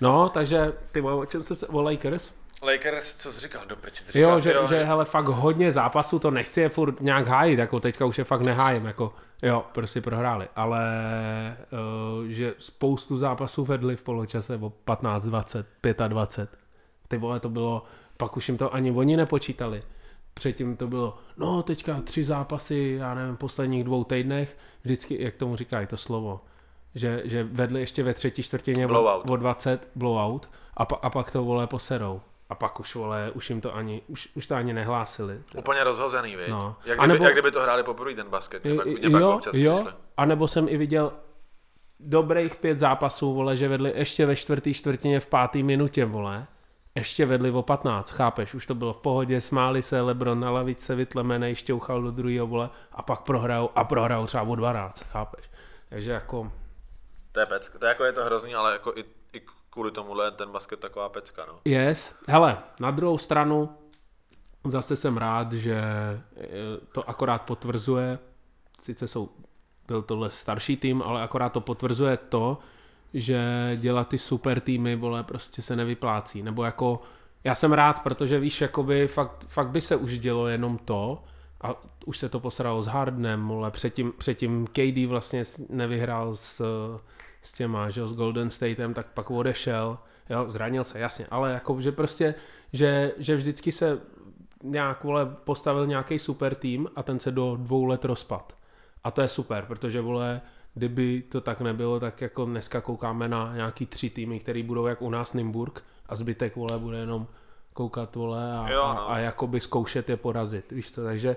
No, takže ty vole, o čem se o Lakers?
Lakers, co jsi říkal do prči? Jsi říkal
Jo,
jsi,
že, že, hele, fakt hodně zápasů, to nechci je furt nějak hájit, jako teďka už je fakt nehájím, jako Jo, prostě prohráli, ale uh, že spoustu zápasů vedli v poločase o 15, 20, 25. Ty vole, to bylo, pak už jim to ani oni nepočítali. Předtím to bylo, no teďka tři zápasy, já nevím, v posledních dvou týdnech, vždycky, jak tomu říkají to slovo, že, že vedli ještě ve třetí čtvrtině o-
Blowout.
o 20 blowout a, pa, a pak to vole poserou. A pak už vole, už jim to ani, už, už to ani nehlásili.
Úplně rozhozený, víš.
No.
Jak,
A
kdyby,
nebo-
jak kdyby to hráli poprvé ten basket, mě pak, mě pak občas
jo,
přišli.
a nebo jsem i viděl dobrých pět zápasů, vole, že vedli ještě ve čtvrtý čtvrtině v pátý minutě, vole. Ještě vedli o 15, chápeš, už to bylo v pohodě, smáli se, Lebron na lavice vytlemenej, šťouchal do druhého, vole, a pak prohrajou, a prohrajou třeba o 12, chápeš. Takže jako,
To je pecka. To je jako je to hrozný, ale jako i, i kvůli tomuhle je ten basket taková pecka, no.
Yes. Hele, na druhou stranu zase jsem rád, že eh, to akorát potvrzuje, sice jsou, byl tohle starší tým, ale akorát to potvrzuje to, že dělat ty super týmy, vole, prostě se nevyplácí. Nebo jako, já jsem rád, protože víš, jakoby fakt, fakt by se už dělo jenom to, a už se to posralo s Hardnem, vole, předtím, předtím KD vlastně s- nevyhrál s, s těma, že jo, s Golden Statem, tak pak odešel, jo, zranil se, jasně, ale jako, že prostě, že, že vždycky se nějak, vole, postavil nějaký super tým a ten se do dvou let rozpad. A to je super, protože, vole, kdyby to tak nebylo, tak jako dneska koukáme na nějaký tři týmy, které budou jak u nás Nymburk a zbytek, vole, bude jenom koukat, vole, a,
Jo,
a,
no.
a jakoby zkoušet je porazit, víš to, takže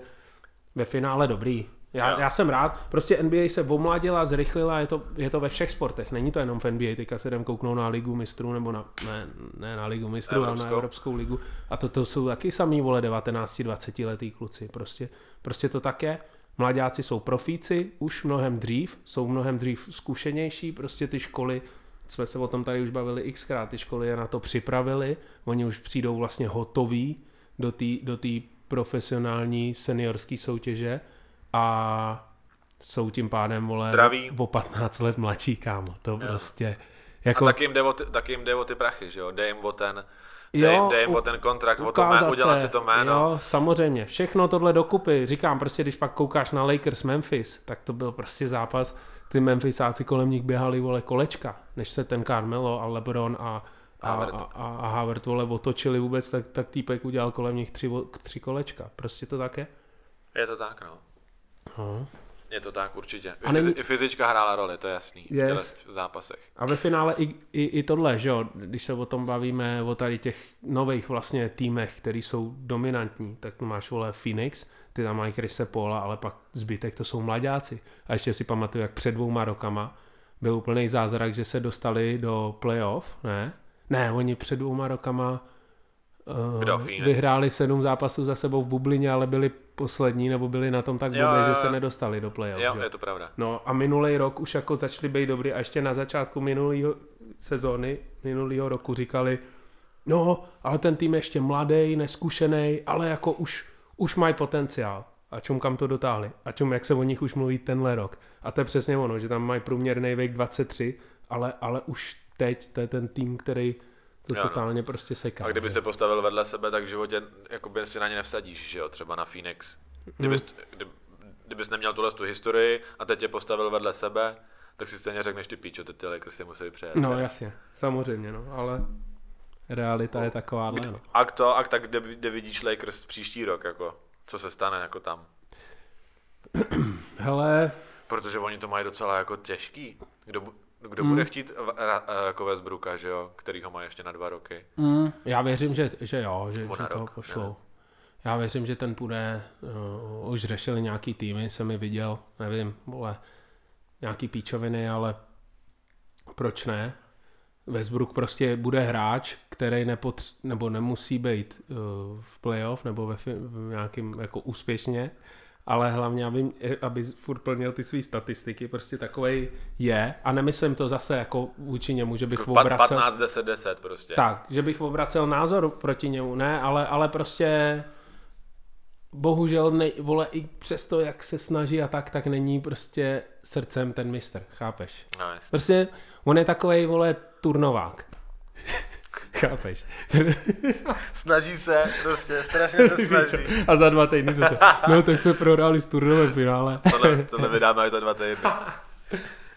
ve finále dobrý. Já,
Jo.
já jsem rád, prostě NBA se omladila, zrychlila, je to, je to ve všech sportech, není to jenom v NBA, teďka se jdem kouknout na ligu mistrů, nebo na, ne, ne na ligu mistrů, ale na
Evropskou.
Evropskou ligu a to, to jsou taky samý, vole, 19-20 letý kluci, prostě, prostě to tak je. Mladáci jsou profíci, už mnohem dřív, jsou mnohem dřív zkušenější, prostě ty školy, jsme se o tom tady už bavili xkrát, ty školy je na to připravili, oni už přijdou vlastně hotoví do té do tý profesionální seniorské soutěže a jsou tím pádem, vole,
Zdraví.
o 15 let mladší, kámo, to
A
prostě, jako,
taky jim, jde o ty, taky jim jde o ty prachy, že jo? Dej jim o ten,
Jo,
dej jim, dej jim
u-
o ten kontrakt, o to jméno, udělat si to jméno.
Jo, samozřejmě. Všechno tohle dokupy. Říkám, prostě když pak koukáš na Lakers Memphis, tak to byl prostě zápas. Ty Memphisáci kolem nich běhali vole kolečka, než se ten Carmelo a LeBron a, a,
Howard.
a, a, a Howard vole otočili vůbec, tak, tak týpek udělal kolem nich tři, vo- tři kolečka. Prostě to tak je.
Je to tak, no. Je to tak určitě. I,
A není-
fyzi- I fyzička hrála roli, to je jasný.
Yes.
Yes. V zápasech.
A ve finále i, i, i tohle, že jo, když se o tom bavíme, o tady těch nových vlastně týmech, který jsou dominantní, tak tu máš vole Phoenix, ty tam mají Chrise Paula, ale pak zbytek to jsou mladáci. A ještě si pamatuju, jak před dvouma rokama byl úplný zázrak, že se dostali do playoff, ne? Ne, oni před dvouma rokama eh,
Kdo, Phoenix?
vyhráli sedm zápasů za sebou v bublině, ale byli poslední nebo byli na tom tak
Jo,
blbě,
jo,
že
jo.
se nedostali do playoff.
Jo,
že?
je to pravda.
No a minulý rok už jako začali být dobrý a ještě na začátku minulého sezóny, minulého roku říkali, no, ale ten tým je ještě mladý, neskušený, ale jako už, už mají potenciál. A čum kam to dotáhli. A čum, jak se o nich už mluví tenhle rok. A to je přesně ono, že tam mají průměrný věk 23, ale, ale už teď to je ten tým, který to
Jo, no.
totálně prostě seká.
A kdyby
že?
se postavil vedle sebe, tak v životě jakoby si na ně nevsadíš, že jo, třeba na Phoenix. Kdybys,
Mhm.
kdy, kdybys neměl tuhle tu historii a teď je postavil vedle sebe, tak si stejně řekneš ty píčo, ty, ty Lakers si museli přejet.
No jasně, samozřejmě, no, ale realita je taková. No.
A k to, a k tak kde, kde vidíš Lakers příští rok, jako, co se stane jako tam?
Hele,
Protože oni to mají docela jako těžký. Kdo, bu- kdo hmm. bude chtít v- ra- eh, jako Westbrooka, že jo, který ho má ještě na dva roky.
Mm, já věřím, že, že jo, že,
Nebo
že
na
to
rok,
pošlou. Já věřím, že ten půjde, uh, už řešili nějaký týmy, jsem je viděl, nevím, vole, nějaký píčoviny, ale proč ne? Westbrook prostě bude hráč, který nepotř- nebo nemusí být uh, v playoff nebo ve fi- v nějakým jako úspěšně, ale hlavně, aby, aby furt plnil ty své statistiky, prostě takovej je. A nemyslím to zase jako vůči němu, že bych
Pa-
obracel...
15, 10, 10 prostě.
Tak, že bych obracel názor proti němu, ne, ale, ale prostě bohužel nej, vole, i přesto, jak se snaží a tak, tak není prostě srdcem ten mistr, chápeš?
No, jasně.
Prostě on je takovej, vole, turnovák. [LAUGHS] Chápeš?
Snaží se, prostě,
[LAUGHS]
strašně se snaží.
A za dva týdny zase. No tak jsme prohráli s turnové finále.
Tohle, tohle vydáme až za dva
[LAUGHS]
týdny.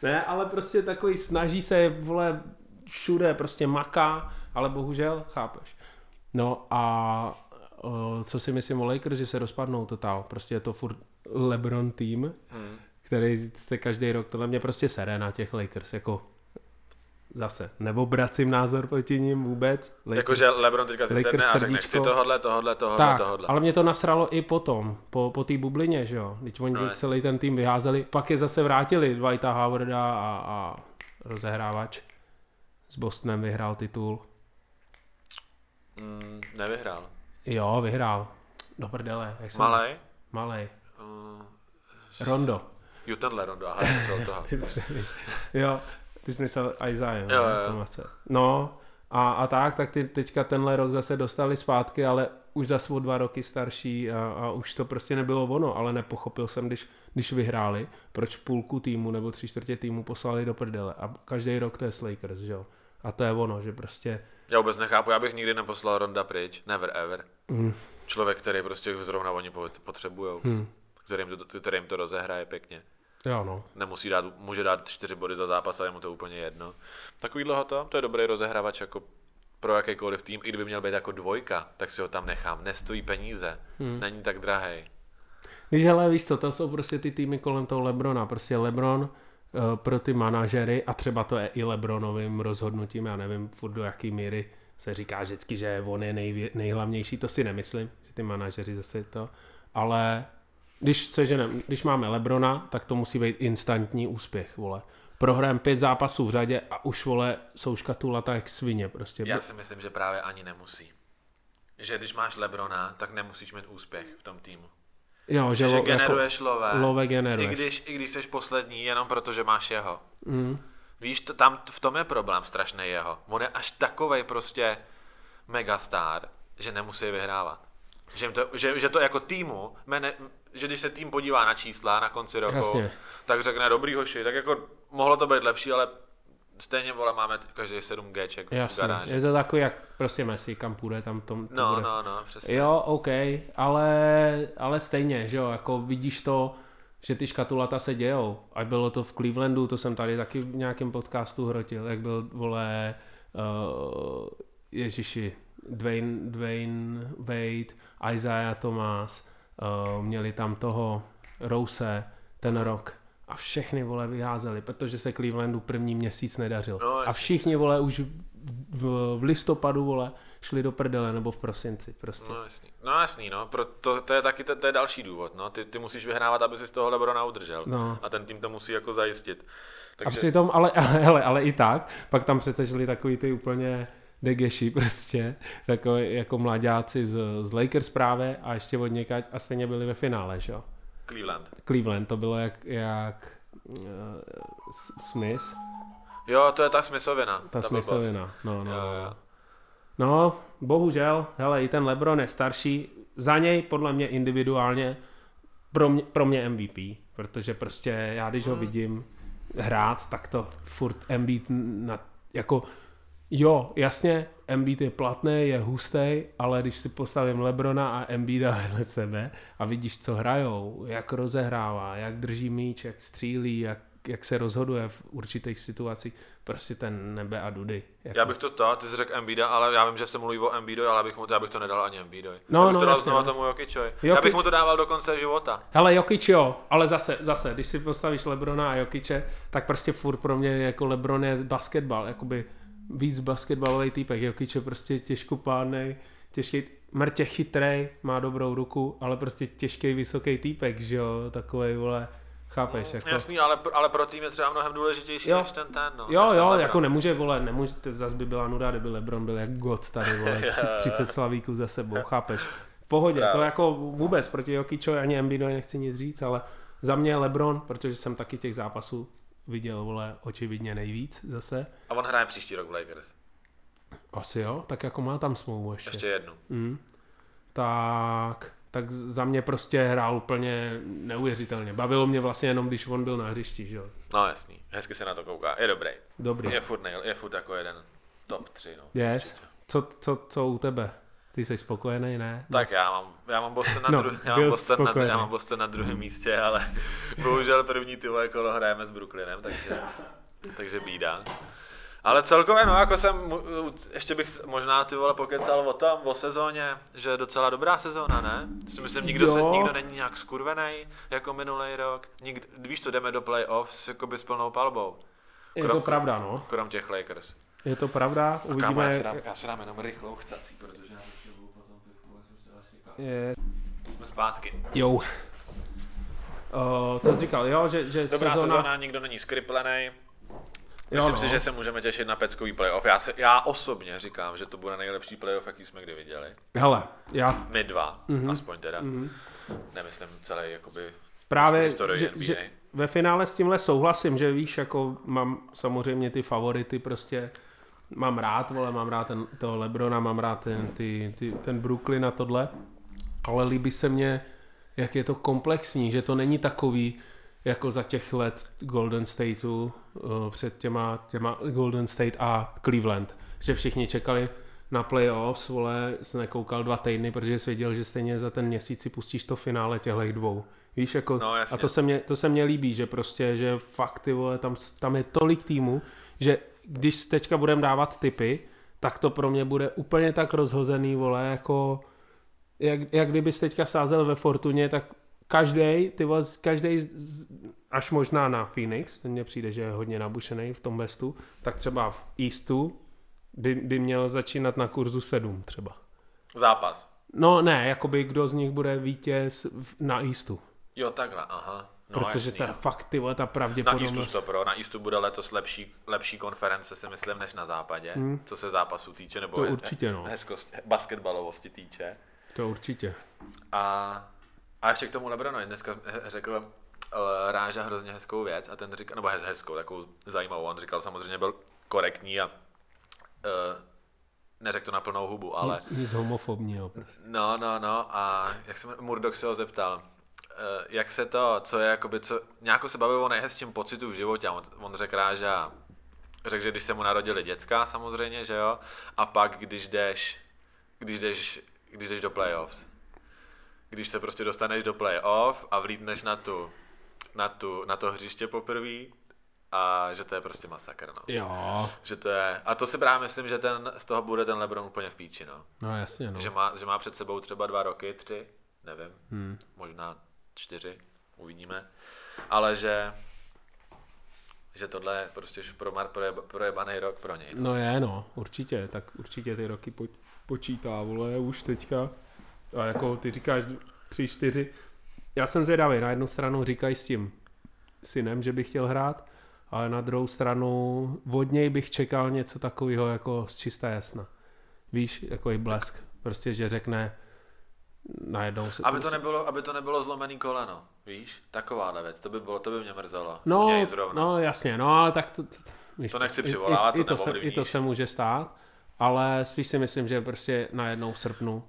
Ne, ale prostě takový snaží se, vole, všude prostě maká, ale bohužel, chápeš. No a o, co si myslím o Lakers, že se rozpadnou totál. Prostě je to furt LeBron tým, hmm. který se každý rok, tohle mě prostě sere na těch Lakers, jako zase. Nebo bracím názor proti ním vůbec. Lakers.
Jakože LeBron teďka si
Lakers
sedne a řekne,
srdíčko.
chci tohle, tohle, tohle,
tak,
tohle.
ale mě to nasralo i potom, po, po té bublině, že jo. Když oni
jasně.
celý ten tým vyházeli, pak je zase vrátili Dwighta Howarda a, a rozehrávač s Bostonem vyhrál titul.
Mm,
Hmm.
nevyhrál.
Jo, vyhrál. Do prdele. Jak jsem-
Malej?
Malej. Rondo.
Jo, tenhle Rondo, aha, já myslel toho.
Ty střelíš. Jo, ty jsi myslel Isaiah,
Jo,
jo,
jo.
jo. Tomase. No, a, a tak, tak ty teďka tenhle rok zase dostali zpátky, ale už zase o dva roky starší a, a už to prostě nebylo ono, ale nepochopil jsem, když, když vyhráli, proč půlku týmu nebo tři čtvrtě týmu poslali do prdele a každý rok to je Lakers, že jo. A to je ono, že prostě
Já vůbec nechápu, já bych nikdy neposlal Ronda pryč, never ever. Mm. Člověk, který prostě zrovna oni potřebují, mm. kterým, to, kterým to rozehraje pěkně.
jo no.
Nemusí dát, může dát čtyři body za zápas a je mu to úplně jedno. Takovýhle ho to, to je dobrý rozehrávač jako pro jakýkoliv tým, i kdyby měl být jako dvojka, tak si ho tam nechám. Nestojí peníze, hmm. není tak drahý.
Když hele, víš co, to jsou prostě ty týmy kolem toho Lebrona, prostě Lebron eh, pro ty manažery a třeba to je i Lebronovým rozhodnutím, já nevím furt do jaký míry se říká vždycky, že on je nejvě, nejhlavnější, to si nemyslím, že ty manažeři zase to, ale když, seženem, když máme Lebrona, tak to musí být instantní úspěch, vole. Prohrajeme pět zápasů v řadě a už, vole, jsou škatulata jak svině, prostě.
Já si myslím, že právě ani nemusí. Že když máš Lebrona, tak nemusíš mít úspěch v tom týmu.
jo, že,
Že
lo- jako-
generuješ lové.
love generuješ.
I když, I když jsi poslední, jenom protože máš jeho. Mm. Víš, t- tam v tom je problém strašný jeho. On je až takovej prostě megastar, že nemusí vyhrávat. Že, jim to, že, že to jako týmu, mene, že když se tým podívá na čísla na konci roku,
Jasně.
tak řekne dobrý hoši, tak jako mohlo to být lepší, ale stejně vole máme t- každý 7 Gček v
Jasně,
garáži.
je to takový jak prostě Messi, kam půjde, tam tom, to
No,
bude
no, no, přesně.
Jo, OK, ale, ale stejně, že jo, jako vidíš to, že ty škatulata se dějou. A bylo to v Clevelandu, to jsem tady taky v nějakém podcastu hrotil, jak byl, vole, uh, Ježiši, Dwayne, Dwayne Wade, Isaiah Thomas, uh, měli tam toho Rose ten rok. A všechny, vole, vyházeli, protože se Clevelandu první měsíc nedařil.
No,
a
jasně.
všichni, vole, už v, v, v listopadu, vole, šli do prdele, nebo v prosinci, prostě.
No jasný, no, jasný, no. Pro to, to, je taky to, to je další důvod. No. Ty, ty musíš vyhrávat, aby si z toho Lebrona udržel.
No.
A ten tým to musí jako zajistit.
A
Takže
přitom, ale, [LAUGHS] ale, ale, ale i tak, pak tam přece žili takový ty úplně degeši prostě, takový jako mladáci z, z Lakers právě a ještě od někať a stejně byli ve finále, že jo.
Cleveland.
Cleveland, to bylo jak, jak uh, Smith,
Jo, to je ta smyslovina.
ta,
blbost.
Smithsovina. No, no,
Jo,
no.
jo.
No, bohužel, hele, i ten LeBron je starší, za něj podle mě individuálně, pro mě, pro mě MVP, protože prostě já když ho vidím hrát, tak to furt Embiid na, jako, jo, jasně, Embiid je platný, je hustý, ale když si postavím Lebrona a Embiida [LAUGHS] vedle sebe a vidíš, co hrajou, jak rozehrává, jak drží míč, jak střílí, jak, jak se rozhoduje v určitých situacích, prostě ten nebe a dudy. Jako.
Já bych to to, ty jsi řekl Embiida, ale já vím, že se mluví o Embiidovi, ale bych mu to, já bych to nedal ani Embiidovi.
No,
já bych
no,
to dal
jasně,
znovu
no.
tomu Jokičovi. Já
Jokic-
bych mu to dával do konce života.
Hele, Jokic jo, ale zase, zase, když si postavíš Lebrona a Jokiče, tak prostě furt pro mě jako Lebron je basketbal, jakoby víc basketbalový týpek. Jokič je prostě těžkopádnej, těžký, mrtě chytrej, má dobrou ruku, ale prostě těžký, vysoký týpek, že jo, takovej, vole, chápeš, jako.
Jasný, ale, ale pro tým je třeba mnohem důležitější
Jo.
než ten ten. No,
Jo,
než ten
jo,
Lebron.
jako nemůže, vole, nemůže, to zase by byla nuda, kdyby Lebron byl jak god
[LAUGHS]
tady, vole, tři- 30 slavíků za sebou, chápeš? V pohodě, to jako vůbec proti Jokičovi ani Embiidovi nechci nic říct, ale za mě Lebron, protože jsem taky těch zápasů viděl, vole, očividně nejvíc zase.
A on hraje příští rok v Lakers.
Asi jo, tak jako má tam smlouvu ještě.
Ještě jednu.
Tak, tak za mě prostě hrál úplně neuvěřitelně. Bavilo mě vlastně jenom, když on byl na hřišti, že jo.
No jasný, hezky se na to kouká, je dobrý.
Dobrý.
Je furt, nej, je furt jako jeden top 3, no.
Yes. co, co, co u tebe? Ty jsi spokojený, ne?
Tak já mám, já mám Boston na,
No,
dru- já mám
byl
Boston na,
spokojený.
já mám Boston na druhém místě, ale [LAUGHS] bohužel první ty vole kolo hrajeme s Brooklynem, takže, takže bída. Ale celkově, no jako jsem, mu- ještě bych možná ty vole pokecal o tom, o sezóně, že je docela dobrá sezóna, ne? Si myslím, nikdo, se,
Jo.
nikdo není nějak skurvený jako minulý rok. Nikdo, víš to, jdeme do playoffs jakoby s plnou palbou,
Je to pravda, no.
krom těch Lakers.
Je to pravda,
Kámo, já,
uvidíme.
si dám, já si dám jenom rychlou chcací, protože já už nebudu potom pivku, jak jsem se vlastně dal štěkat.
Je...
Jsme zpátky.
Jo. Uh, Eh, co jsi říkal, jo, že, že
Dobrá sezóna, sezóna nikdo není skriplený.
jo, no.
Myslím si, že se můžeme těšit na peckový playoff. Já, se, já osobně říkám, že to bude nejlepší playoff, jaký jsme kdy viděli.
Hele, já
My dva, mm-hmm. aspoň teda. Mm-hmm. Nemyslím celý, jakoby...
právě,
Historii
že,
NBA.
že ve finále s tímhle souhlasím, že víš, jako mám samozřejmě ty favority prostě, mám rád, vole, mám rád ten, toho Lebrona, mám rád ten, ty, ty, ten Brooklyn a tohle, ale líbí se mně, jak je to komplexní, že to není takový, jako za těch let Golden Stateu, eh, před těma, těma Golden State a Cleveland, že všichni čekali na playoffs, vole, jsi nekoukal dva týdny, protože jsi věděl, že stejně za ten měsíc si pustíš to finále těchto dvou. Víš, jako,
No, jasně.
a to se, mě, to se mě líbí, že prostě, že fakt, ty vole, tam, s- tam je tolik týmů, že když teďka budem dávat tipy, tak to pro mě bude úplně tak rozhozený, vole, jako jak, jak kdybys teďka sázel ve Fortuně, tak každý, ty vole, každý až možná na Phoenix, ten mně přijde, že je hodně nabušený v tom Westu, tak třeba v Eastu by, by měl začínat na kurzu 7 třeba.
Zápas.
No ne, jakoby kdo z nich bude vítěz v- na Eastu.
Jo, takhle, aha. No,
No, protože
jasný.
ta fakt, ty vole, ta
Na Eastu
pravděpodobnost.
to pro, na Eastu bude letos lepší, lepší konference, si myslím, než na západě, hmm. co se zápasů týče, nebo
To
he-
určitě, no.
hezkost, basketbalovosti týče.
To určitě.
A, a ještě k tomu Lebronovi. Dneska he- řekl eh, Ráža hrozně hezkou věc a ten říkal, nebo he- hezkou, takovou zajímavou, on říkal samozřejmě byl korektní a uh, neřekl to na plnou hubu, ale
Nic, nic homofobního prostě.
no, no, no a jak se jmenuje- Murdoch se ho zeptal, eh, jak se to, co je, jakoby, co, nějakou se bavil o nejhezčím pocitu v životě a on, on řekl Ráža, řekl, že když se mu narodili děcka samozřejmě, že jo, a pak když jdeš, když jdeš, když jdeš do playoffs, když se prostě dostaneš do playoff a vlítneš na tu, na tu, na to hřiště poprvé a že to je prostě masakr, no.
Jo,
Že to je, a to si právě myslím, že ten, z toho bude ten Lebron úplně v píči, no.
no jasně, no.
Že má, že má před sebou třeba dva roky, tři, nevím, hmm. možná čtyři, uvidíme. Ale že, že tohle je prostě už pro Mar projeba, projebaný rok pro něj.
No je, no, určitě, tak určitě ty roky po, počítá, vole, už teďka. A jako ty říkáš tři, čtyři. Já jsem zvědavý, na jednu stranu říkají s tím synem, že bych chtěl hrát, ale na druhou stranu od něj bych čekal něco takového jako z čisté jasna. Víš, jako i blesk. Prostě, že řekne najednou se...
Aby to, nebylo, aby to nebylo zlomený koleno, víš? Takováhle věc, to by, bylo, to by mě mrzelo. u
No,
něj zrovna.
no jasně, no ale tak to... To, víš
To
co,
nechci
i- i-
přivolávat, to
i, to se, I to
neovlivníš.
se může stát, ale spíš si myslím, že prostě najednou v srpnu,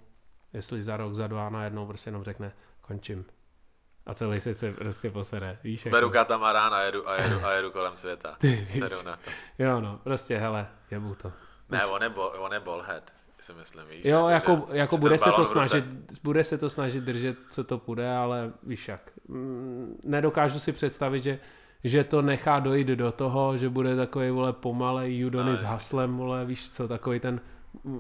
jestli za rok, za dva, najednou prostě jenom řekne končím. A celý svět se prostě posere, víš?
Beru katamarán a jedu, a jedu, a jedu kolem světa. Seru na to.
Jo no, prostě hele, jebu to.
Ne, on je, bol, on je bolhead, si myslím, víš?
Jo,
že-
jako, jako
že
bude
ten
se to
balon v ruce-
snažit, bude se to snažit držet, co to půjde, ale víš jak. Mm, Nedokážu si představit, že, že to nechá dojít do toho, že bude takový, vole, pomalej Judony
No,
s
jasně.
haslem, vole, víš co, takový ten,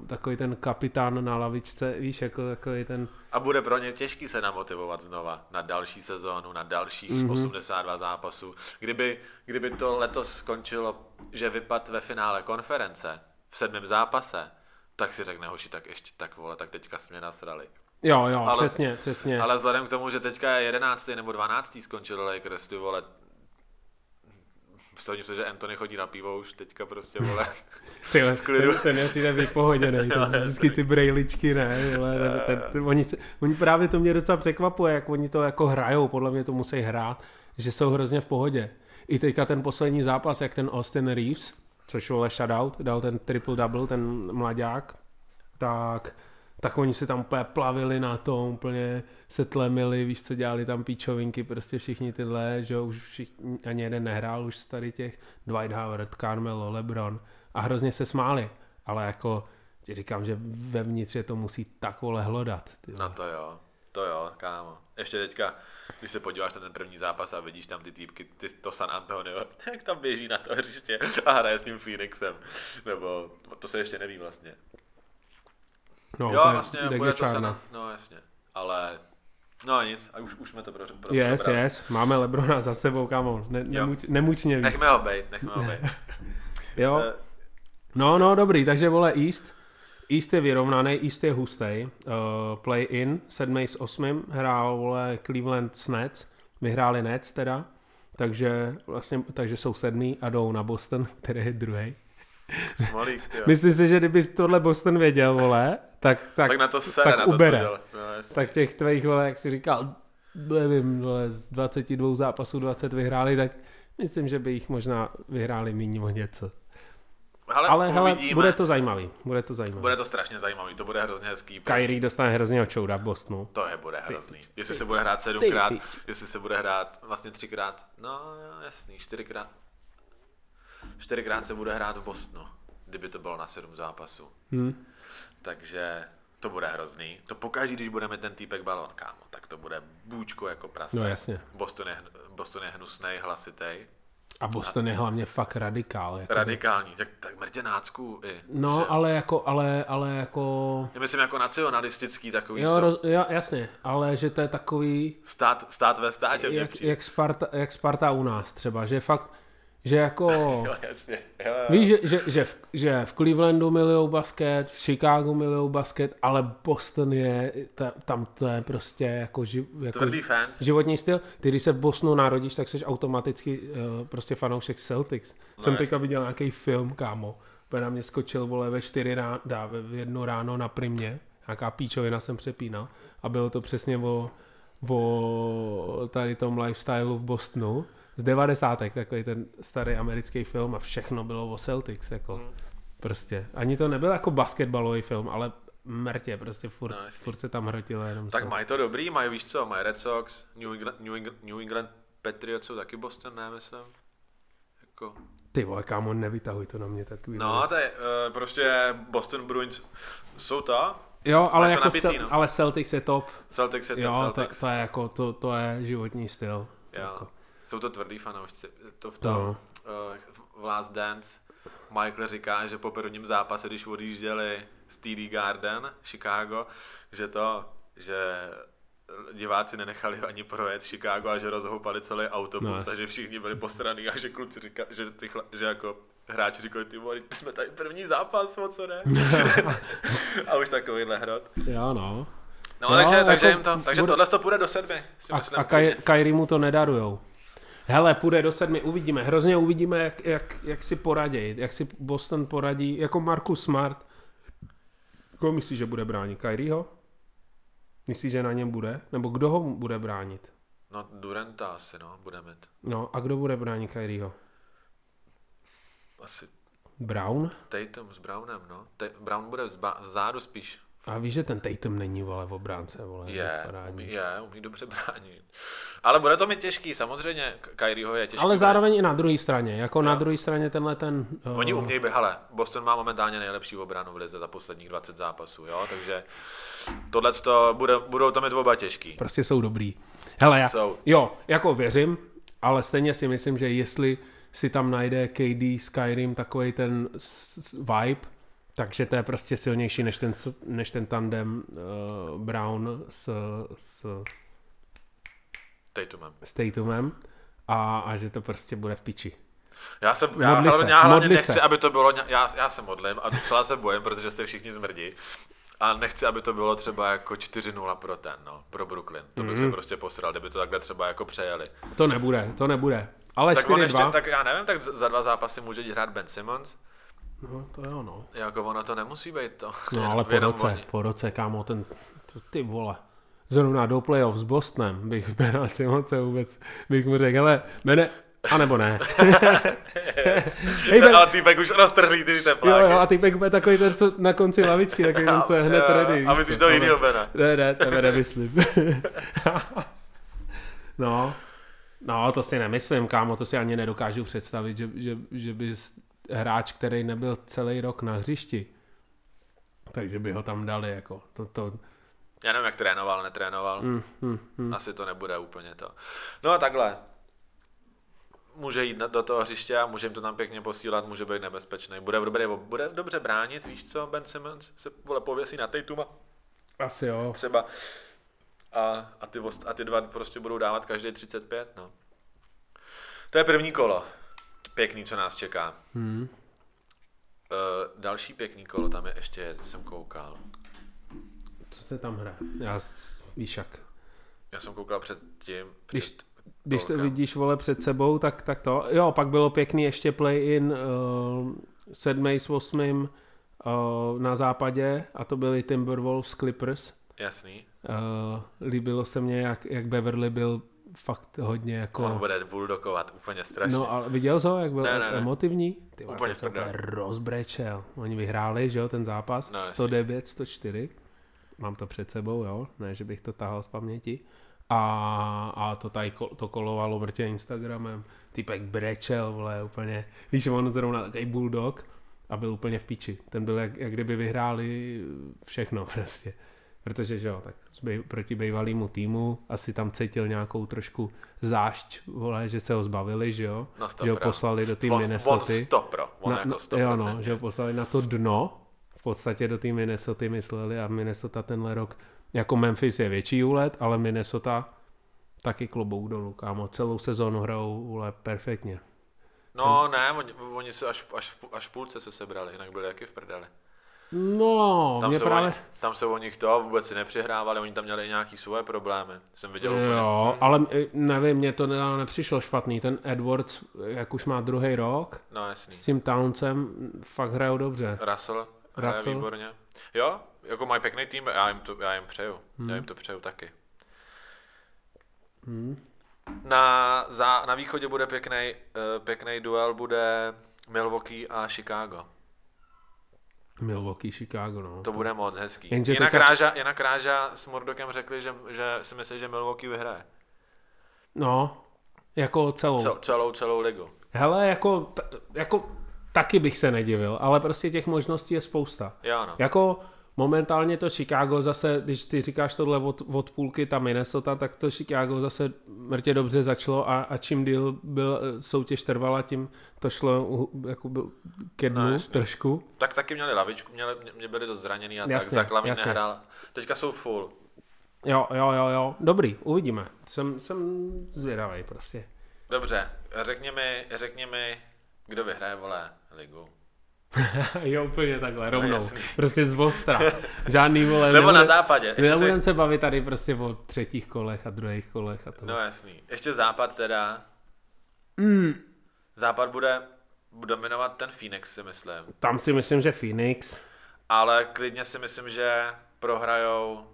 takový ten kapitán na lavičce, víš, jako takový ten,
A bude pro ně těžký se namotivovat znova na další sezónu, na dalších mm-hmm. 82 zápasů. Kdyby, kdyby to letos skončilo, že vypad ve finále konference v sedmém zápase, tak si řekne hoši, tak ještě tak vole, tak teďka jsme nasrali.
jo, jo,
Ale-
ale, přesně, přesně.
Ale vzhledem k tomu, že teďka je 11. nebo 12. skončil Lakers, ty vole, [LAUGHS] Vstavím se, že Anthony chodí na pivo už teďka prostě, vole.
Ty le,
klidu.
ten, ten je přijde vypohoděný, ten vždycky ty brejličky, ne, ale ten, ten, ten, oni, se, oni právě to mě docela překvapuje, jak oni to jako hrajou, podle mě to musí hrát, že jsou hrozně v pohodě. I teďka ten poslední zápas, jak ten Austin Reeves, což vole shoutout, dal ten triple-double, ten mladák, tak, tak oni se tam úplně plavili na tom, úplně se tlemili, víš co, dělali tam píčovinky, prostě všichni tyhle, že jo, už všichni, ani jeden nehrál už z tady těch, Dwight Howard, Carmelo, LeBron a hrozně se smáli, ale jako Ti říkám, že vevnitř je to musí tak vole hlodat. Ty.
No to jo, to jo, kámo. Ještě teďka, když se podíváš na ten první zápas a vidíš tam ty týpky, ty, to San Antonio, [LAUGHS] jak tam běží na to hřiště a hraje s ním Phoenixem. Nebo to se ještě neví vlastně.
No,
jo,
to je
vlastně, bude to
Deglešárna.
San, no jasně, ale No nic, a už, už jsme to pro, pro,
Yes,
probrali.
yes, máme Lebrona za sebou, kámo, ne, nemuč, nemuč mě víc,
Nechme ho být, nechme ho
[LAUGHS]
být.
jo?
Eh,
No, no, dobrý, takže vole East, East je vyrovnaný, East je hustý, uh, play in, sedmý s osmým, hrál vole Cleveland s Nets, vyhráli Nets teda, takže, vlastně, takže jsou sedmý a jdou na Boston, [LAUGHS] který je druhý.
Smolík, ty jo.
Myslím si, že kdyby tohle Boston věděl, vole, tak, tak,
Tak na to se,
tak
na to,
ubere.
co dělal. No, jasně.
tak těch tvých, vole, jak jsi říkal, nevím, vole, z 22 zápasů 20 vyhráli, tak myslím, že by jich možná vyhráli míň o něco.
ale,
Ale hele,
uvidíme.
bude to zajímavý, bude to zajímavý. Bude...
bude to strašně zajímavý, to bude hrozně hezký.
Kyrie dostane hrozně čouda v Bostonu.
To je bude hrozný. Jestli se bude hrát sedmkrát, jestli se bude hrát vlastně třikrát, no jasný, čtyřikrát. Čtyřikrát se bude hrát v Bostonu, kdyby to bylo na sedm zápasů.
Hm.
Takže to bude hrozný. To pokaží, když budeme ten týpek balon, kámo, tak to bude bůčko jako prase.
No jasně.
Boston je, hn- Boston je hnusnej, hlasitej,
A Boston je hlavně fakt radikál. Jako.
radikální, tak, tak mrtěnácků i.
No,
že?
ale jako, ale, ale jako...
Já myslím jako nacionalistický takový
Jo,
jsou.
roz, jo, jasně, ale že to je takový,
Stát, stát ve státě. mně
jak,
přijde. [LAUGHS]
jak, Sparta, jak Sparta u nás třeba, že fakt, že jako... [LAUGHS]
Jo, jasně. Jo, jo.
Víš, že, že, že, v, že v Clevelandu milujou basket, v Chicagu milujou basket, ale Boston je, ta, tam to je prostě jako, živ, jako
Tvrdý fans.
životní styl. Ty, když se v Bosnu narodíš, tak jsi automaticky uh, prostě fanoušek Celtics. No Jsem
jasně.
teďka viděl nějaký film, kámo. Úplně na mě skočil, vole, ve čtyři ráno, dá, ve v jedno ráno na primě. Nějaká píčovina jsem přepínal. A bylo to přesně o, o tady tom lifestylu v Bostonu. Z devadesátek, takový ten starý americký film a všechno bylo o Celtics, jako.
Hmm.
Prostě. Ani to nebyl jako basketbalový film, ale mrtě, prostě furt,
No,
no,
jasně.
furt se tam hrotilo jenom
Tak
Celtics.
mají to dobrý, mají víš co, mají Red Sox, New England, New England, New England Patriots jsou taky Boston, ne, myslím. Jako.
Ty vole, kámo, nevytahuj to na mě takový.
No, to je, uh, prostě Boston Bruins jsou ta,
jo, ale,
je to
jako
nabitý,
Cel-
no.
ale Celtics je top.
Celtics je ten
jo,
Celtics.
To, to, je jako, to, to je životní styl.
jo.
Jako.
Jsou to tvrdý fanoušci, to v tom,
No.
eh, v Last Dance, Michael říká, že po prvním zápase, když odjížděli z TD Garden, Chicago, že to, že diváci nenechali ani projet Chicago a že rozhoupali celý autobus
Nice.
no, a že všichni byli posraný a že kluci říkali, že, ty chla, že jako hráči říkali, ty vole, jsme tady první zápas, o
[LAUGHS]
co ne? a už takovýhle hrot.
Jo, no.
No,
Jo,
takže,
jako
takže, jim to, takže
bude-
tohle to půjde do sedmi, si
A,
myslím.
a Kai, Kairi mu to nedarujou. Hele, půjde do sedmi, uvidíme. Hrozně uvidíme, jak, jak, jak si poradí, jak si Boston poradí, jako Marcus Smart. Koho myslíš, že bude bránit? Kyrieho? Myslíš, že na něm bude? Nebo kdo ho bude bránit?
No, Duranta asi, no, bude mít.
No, a kdo bude bránit Kyrieho?
Asi
Brown?
Tatum s Brownem, no. Ta- Brown bude vzba- vzadu spíš.
A víš, že ten Tatum není, vole, v obránce, vole.
Je,
parádní.
umí, je, umí dobře bránit. Ale bude to mi těžký, samozřejmě. K- Kyrieho je těžký.
Ale
bránit.
zároveň i na druhé straně, jako na druhé straně tenhle ten... Uh,
Oni umějí, br- hele, Boston má momentálně nejlepší obranu v lize za posledních 20 zápasů, jo, takže tohle bude, budou tam mít oba těžký.
Prostě jsou dobrý. Hele, já,
Jsou.
jo, jako věřím, ale stejně si myslím, že jestli si tam najde KD Skyrim takový ten s- s- vibe, takže to je prostě silnější než ten, s- než ten tandem uh, Brown s, s,
Tatumem.
s Tatumem a, a že to prostě bude v piči.
Já se, já,
Modli
hlavně,
se,
já hlavně
modli
nechci,
se.
aby to bylo, ně- já, já se modlím a docela se bojím, protože jste všichni zmrdí. A nechci, aby to bylo třeba jako 4-0 pro ten, no, pro Brooklyn. To
Mhm.
bych mm-hmm. se prostě posral, kdyby to takhle třeba jako přejeli.
To nebude, to nebude. Ale
Tak on
4-2,
ještě, tak já nevím, tak za dva zápasy může jít hrát Ben Simmons.
no, to jo, no.
Jako ono to nemusí být to. [LAUGHS]
No ale po
Jenom
roce,
oni.
po roce, kámo, ten, to, ty vole. Zrovna do playoff s Bostonem bych [LAUGHS] Bena Simonce vůbec, bych mu řekl, hele, Bene, a
[LAUGHS]
nebo ne. [LAUGHS] Hej, Ben,
Ale týpek už roztrhlý ty
jo,
tepláky.
jo, a ty pak bude takový ten, co na konci lavičky, takový ten, co je hned
Jo,
ready.
a
víš
myslíš
co,
toho
ale-
jinýho Bena?
Ne, ne, tebe nemyslím. [LAUGHS] no, no, to si nemyslím, kámo, to si ani nedokážu představit, že, že, že by s- hráč, který nebyl celý rok na hřišti, takže by ho tam dali, jako, to, to,
Já nevím, jak trénoval, netrénoval. Mm, mm, mm. Asi to nebude úplně to. No a takhle. Může jít na- do toho hřiště a může jim to tam pěkně posílat, může být nebezpečný. Bude, dobře, bude dobře bránit, víš co, Ben Simmons se vole pověsí na Tatuma
asi jo,
třeba a, a, ty, ost- a ty dva prostě budou dávat každý 35, no. To je první kolo. Pěkný, co nás čeká. Hmm. Uh, další pěkný kolo, tam je ještě, jsem koukal.
co se tam hraje, já, s- víš jak.
Já jsem koukal předtím. Před,
Když- Když to
Tolka.
vidíš, vole, před sebou, tak, tak to. Jo, pak bylo pěkný ještě play-in uh, sedmý s osmým uh, na západě a to byli Timberwolves Clippers.
Jasný.
Uh, líbilo se mně, jak, jak Beverly byl fakt hodně jako...
On bude buldokovat úplně strašně.
No ale viděl jsi ho, jak byl
Ne, ne, ne.
emotivní? Ty, vole,
Úplně
ten se
v prdeli.
rozbrečel. Oni vyhráli, že jo, ten zápas.
No,
No,
jasně.
109, 104. Mám to před sebou, jo. Ne, že bych to tahal z paměti. A, a to tady ko, to kolovalo mrtě Instagramem. Typek brečel, vole, úplně. Víš, že on zrovna takový bulldog a byl úplně v píči. Ten byl, jak, jak kdyby vyhráli všechno [LAUGHS] prostě. Protože, že jo, tak zbej, proti bývalému týmu asi tam cítil nějakou trošku zášť, vole, že se ho zbavili, že jo?
No, stopro.
že ho poslali do té
on,
Minnesota.
On stopro. On
na,
jako
na, jo,
100%.
no, že ho poslali na to dno, v podstatě do té Minnesota mysleli a Minnesota tenhle rok, jako Memphis je větší úlet, ale Minnesota taky klobouk dolů, kámo, celou sezónu hrajou vole perfektně.
no ne, oni, oni se až, až, až v půlce se sebrali, jinak byli jaký v prdeli.
No,
Tam
mě
se,
právě...
oni, tam se o nich to vůbec si nepřihrávali, oni tam měli nějaký svoje problémy. Jsem viděl úplně.
Jo, ale eh, nevím, mě to nedávno nepřišlo špatný. Ten Edwards, eh, jak už má druhý rok,
No jasný.
s tím Townsem fakt hrajou dobře.
Russell, hraje
Russell.
výborně. Jo, jako mají pěkný tým, já jim to, já jim přeju. Hmm. Já jim to přeju taky. Hmm. Na, za, na východě bude pěkný, uh, pěkný duel, bude Milwaukee a Chicago.
Milwaukee, Chicago, no.
To bude moc hezký.
Jenže
jinak,
teďka-
Ráža, jinak Ráža s Mordokem řekli, že, že si myslí, že Milwaukee vyhraje.
No, jako celou.
Cel, celou, celou ligu.
Hele, jako, t- jako taky bych se nedivil, ale prostě těch možností je spousta.
Jo, no.
Jako momentálně to Chicago zase, když ty říkáš tohle od, od půlky, ta Minnesota, tak to Chicago zase mrtě dobře začalo a, a čím díl byl eh, soutěž trvala, tím to šlo uh, jako byl ke dnu
No,
no,
jasně.
trošku.
Tak taky měli lavičku, měli, mě- mě byli dost zraněný a tak
Jasně,
zaklaví
jasně.
nehrál. Teďka jsou full.
Jo, jo, jo, jo. Dobrý, uvidíme. Jsem, jsem zvědavý prostě.
Dobře, řekni mi, řekni mi, kdo vyhraje, vole, ligu.
[LAUGHS] jo, úplně takhle, rovnou.
No, jasný.
prostě z ostra. Žádný vole.
Nebo na
nebude-
západě. Ještě
Nebudeme
se,
se bavit tady prostě o třetích kolech a druhých kolech a to.
no jasný. Ještě západ teda. Mm.
Hmm.
Západ bude dominovat ten Phoenix, si myslím.
Tam si myslím, že Phoenix.
Ale klidně si myslím, že prohrajou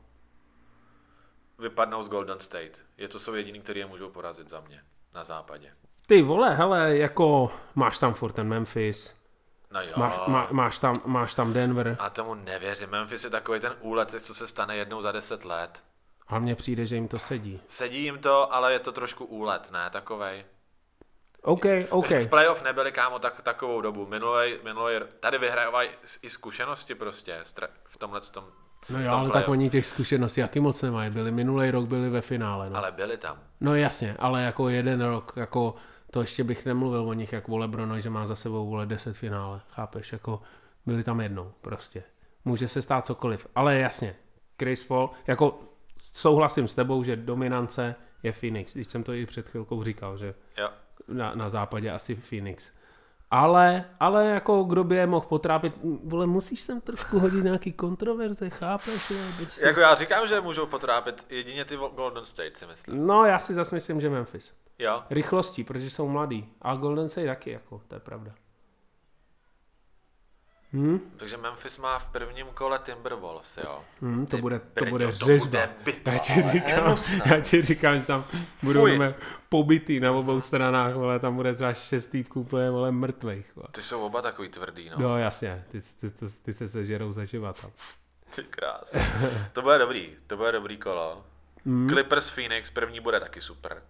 vypadnou z Golden State. Je to jsou jediný, který je můžou porazit za mě na západě.
Ty vole, hele, jako máš tam furt ten Memphis,
No jo.
máš, má, máš, tam, máš tam Denver,
A tomu nevěřím. Memphis je takový ten úlet, co se stane jednou za deset let.
ale mně přijde, že jim to sedí.
Sedí jim to, ale je to trošku úlet, ne? Takovej.
OK, OK.
V playoff nebyli kámo tak, takovou dobu. Minulej, minulej, tady vyhrávají s- i zkušenosti prostě stra- v tomhle tom.
No
v
jo,
tom
ale
playoff.
tak oni těch zkušeností jaký moc nemají. Byli minulý rok, byli ve finále. No.
Ale byli tam.
no jasně, ale jako jeden rok, jako to ještě bych nemluvil o nich, jak vole Brono, že má za sebou vole 10 finále, chápeš, jako byli tam jednou prostě. Může se stát cokoliv, ale jasně, Chris Paul, jako souhlasím s tebou, že dominance je Phoenix, když jsem to i před chvilkou říkal, že
Jo.
na, na západě asi Phoenix. Ale, ale jako kdo by je mohl potrápit, m, vole, musíš sem trošku hodit nějaký kontroverze, chápeš? Jo? Prostě.
Jako já říkám, že můžou potrápit jedině ty vo- Golden State, si myslím.
No, já si zase myslím, že Memphis.
Jo.
Rychlostí, protože jsou mladí. A Golden State taky, jako, to je pravda.
Takže Memphis má v prvním kole Timberwolves, jo.
Hmm, to bude, to
Brďo,
bude
to bude
řežba.
bitva,
Já ti říkám, já ti říkám, že tam budou mé pobytý na obou stranách, vole, tam bude třeba šest týpků úplně, vole, mrtvejch, vole.
Ty jsou oba takový tvrdý, no.
No jasně, ty, ty, ty, ty se sežerou zaživa tam.
[LAUGHS] Ty krás. To bude dobrý, to bude dobrý kolo. Mm. Clippers Phoenix, první bude taky super.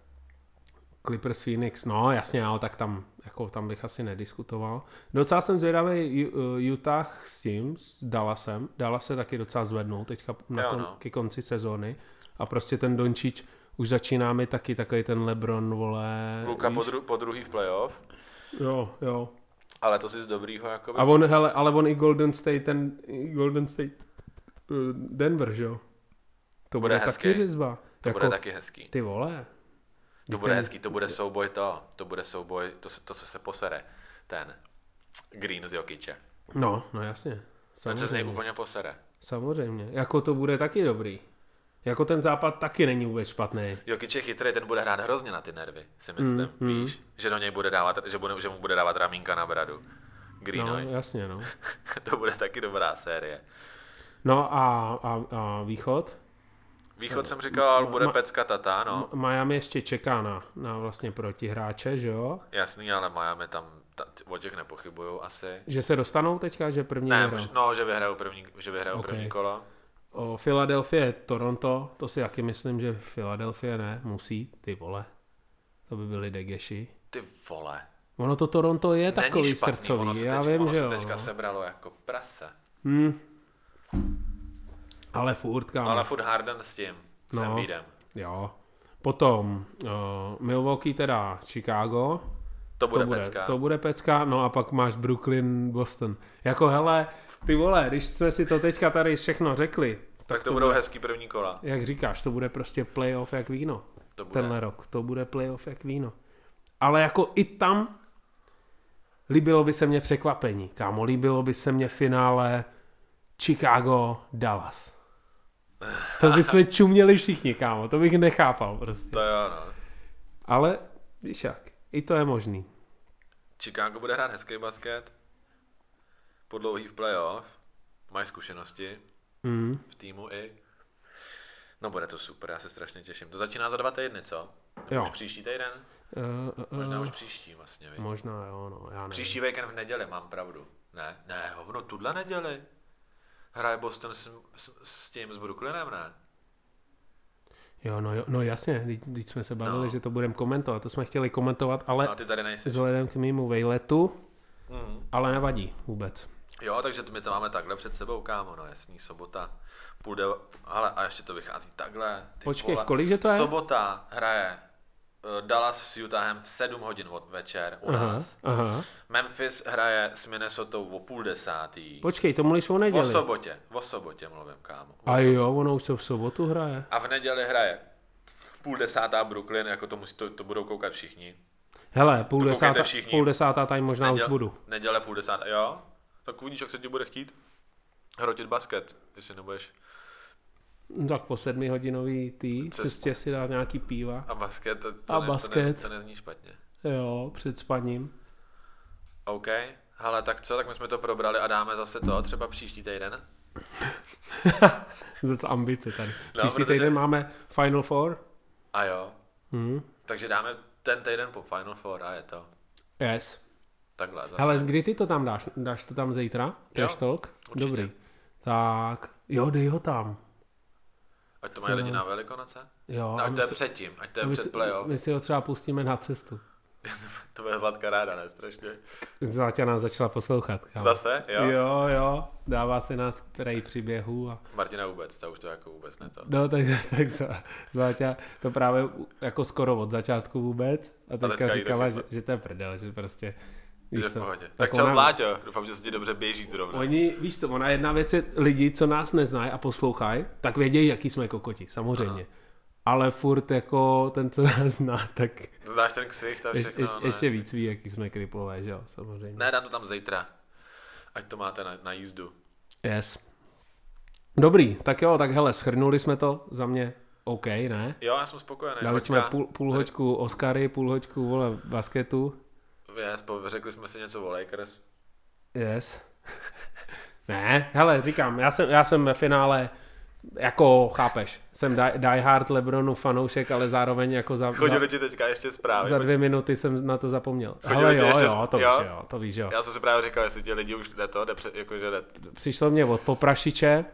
Clippers Phoenix, no jasně, ale tak tam, jako, tam bych asi nediskutoval. Docela jsem zvědavý Ju- eh, Utah s tím, s Dallasem. Dallas se taky docela zvednou teďka na
Jo,
kon,
no.
ke konci sezóny. A prostě ten Dončič už začíná mi taky takový ten Lebron, vole.
Luka
víš?
po, dru- po druhý v playoff,
Jo, jo.
ale to si z dobrýho jakoby...
A on, hele, ale on i Golden State, ten i Golden State eh, Denver, že jo? To
Bude
bude,
hezký.
taky řezba.
to jako... bude taky hezký.
Ty vole.
To bude
ten-
hezký, to bude souboj to, to bude souboj, to, se, to co se posere, ten Green z Jokiče.
No, no jasně.
Ten se z něj
Samozřejmě.
úplně posere.
Samozřejmě. Jako to bude taky dobrý. Jako ten západ taky není vůbec špatný.
Jokič je chytrý, ten bude hrát hrozně na ty nervy, si myslím, mm, víš? Že do něj bude dávat, že, bude, že mu bude dávat ramínka na bradu.
No,
Greenoj.
jasně, no.
[LAUGHS] to bude taky dobrá série.
No a, a, a východ?
Východ jsem říkal, bude
ma-
pecka tata, no.
Miami ještě čeká na, na vlastně protihráče, že jo?
Jasný, ale Miami tam, ta, t- o těch nepochybujou asi.
Že se dostanou teďka, že první
Ne,
hra.
mož, no, že vyhrajou první, že vyhrajou
Ok.
první kolo.
O Philadelphia, Toronto, to si taky myslím, že Philadelphia ne, musí, ty vole. To by byli degeši.
Ty vole.
Ono to Toronto je takový
Není špatný,
srdcový,
ono se
já
teď,
vím,
ono
že
se
jo.
teďka
no.
sebralo jako prase.
Hmm. Ale furt, kámo.
Ale furt Harden s tím, s no.
No.
Embiidem.
Jo. Potom uh, Milwaukee, teda Chicago.
To bude,
to, bude,
pecka.
to bude pecka. No a pak máš Brooklyn, Boston. Jako hele, ty vole, když jsme si to teďka tady všechno řekli,
tak, to, budou hezký první kola.
jak říkáš, to bude prostě playoff jak víno.
To bude.
Tenhle rok. To bude playoff jak víno. Ale jako i tam líbilo by se mně překvapení. Kámo, líbilo by se mně finále Chicago-Dallas. To bychom čuměli všichni, kámo. To bych nechápal prostě.
To jo, no.
Ale víš jak, i to je možný.
Chicago bude hrát hezký basket. Po dlouhý v playoff. Mají zkušenosti
Mm.
v týmu i. No bude to super, já se strašně těším. To začíná za dva týdny, co? Nebo
Jo.
Už příští týden?
Uh, uh,
Možná
uh,
už příští vlastně, vy.
možná jo, no, já nevím.
Příští víkend v neděli, mám pravdu. Ne, ne, hovno, tuhle neděli. Hraje Boston s, s, s tím, s Brooklynem, ne?
Jo, no, jo, no jasně, teď, teď jsme se bavili,
No.
no. že to budeme komentovat, to jsme chtěli komentovat, ale
No, ty tady nejsi.
vzhledem k mému vejletu,
Mm.
ale nevadí vůbec.
Jo, takže to my to máme takhle před sebou, kámo, no jasný, sobota. Půl deva... Hele, a ještě to vychází takhle. Ty
Počkej, v kolik, že to je?
Sobota hraje eh, Dallas s Utahem v 7 hodin od večer u
Aha,
nás.
aha.
Memphis hraje s Minnesota o půl desátý.
Počkej, to mluvíš o
O
neděli.
sobotě, o sobotě mluvím, kámo.
A jo, ono už se v sobotu hraje.
A v neděli hraje půl desátá Brooklyn, jako to, musí, to, to budou koukat všichni.
Hele, půl
To koukejte
desátá,
všichni.
půl desátá tady možná
Neděl-
už budu.
Neděle půl desátá, jo? Tak uvidíš, jak se ti bude chtít hrotit basket, jestli nebudeš.
No Tak po sedmihodinový tý
Cesta.
cestě si dát nějaký píva.
A basket, to, to
A
ne, To, ne,
basket.
to nezní špatně.
Jo, před spaním. [LAUGHS]
OK, hele, tak co, tak my jsme to probrali a dáme zase to, třeba příští týden.
Zase ambice tady.
No,
Příští
protože-
týden máme Final Four.
A jo,
Hmm.
takže dáme ten týden po Final Four a je to.
Yes.
Takhle zase.
Hele, kdy ty to tam dáš? Dáš to tam zítra? Trash Talk?
určitě.
Dobrý. Tak, jo, dej ho tam.
Ať to mají lidi
se-
na Velikonoce?
Jo,
No,
a
ať
my
to je
si-
předtím, ať to je
my,
před
si,
playoff.
my si ho třeba pustíme na cestu.
[LAUGHS] To bude sladká ráda, ne? Strašně.
Zlatě nás začala poslouchat. Kámo.
Zase, jo?
jo, jo. Dává se nás prej příběhů a
Martina vůbec, ta už to jako vůbec ne to.
No, tak, [LAUGHS] tak za- Zláťa to právě u- jako skoro od začátku vůbec a teďka,
teďka jí to
říkala, že,
chytla.
že to je prdel, že prostě...
Že
víš
v
co,
pohodě. Tak,
tak
čau
ona-
Vláďo, doufám, že se ti dobře běží zrovna.
Oni, víš co, ona jedna věc je, lidi, co nás neznají a poslouchají, tak vědějí, jaký jsme kokoti, samozřejmě. Aha. Ale furt jako ten, co nás zná, tak
Znáš ten ksicht a
ješ,
všechno?
ješ,
no,
ještě
jasně.
víc ví, jaký jsme kriplové, že jo, samozřejmě.
Ne, dám to tam zítra. Ať to máte na, na jízdu.
Yes. Dobrý, tak jo, tak hele, schrnuli jsme to za mě OK, ne?
Jo, já jsem spokojený.
Dali
Hoďka.
jsme půl, půl hoďku Oscary, půl hoďku, vole, basketu.
Yes, po- řekli jsme si něco o Lakers.
No. Yes. [LAUGHS] ne, hele, říkám, já jsem, já jsem ve finále jako, chápeš, jsem die, diehard Lebronu fanoušek, ale zároveň jako za, za,
Chodili ti teďka ještě zprávy.
za dvě minuty jsem na to zapomněl.
Chodili
Hele,
ti
jo,
ještě-
jo, to
jo?
víš, jo, to víš, jo.
Já jako, jsem si právě říkal, jestli ti lidi už jde to, jde před, jakože jde.
Přišlo mě od Poprašiče,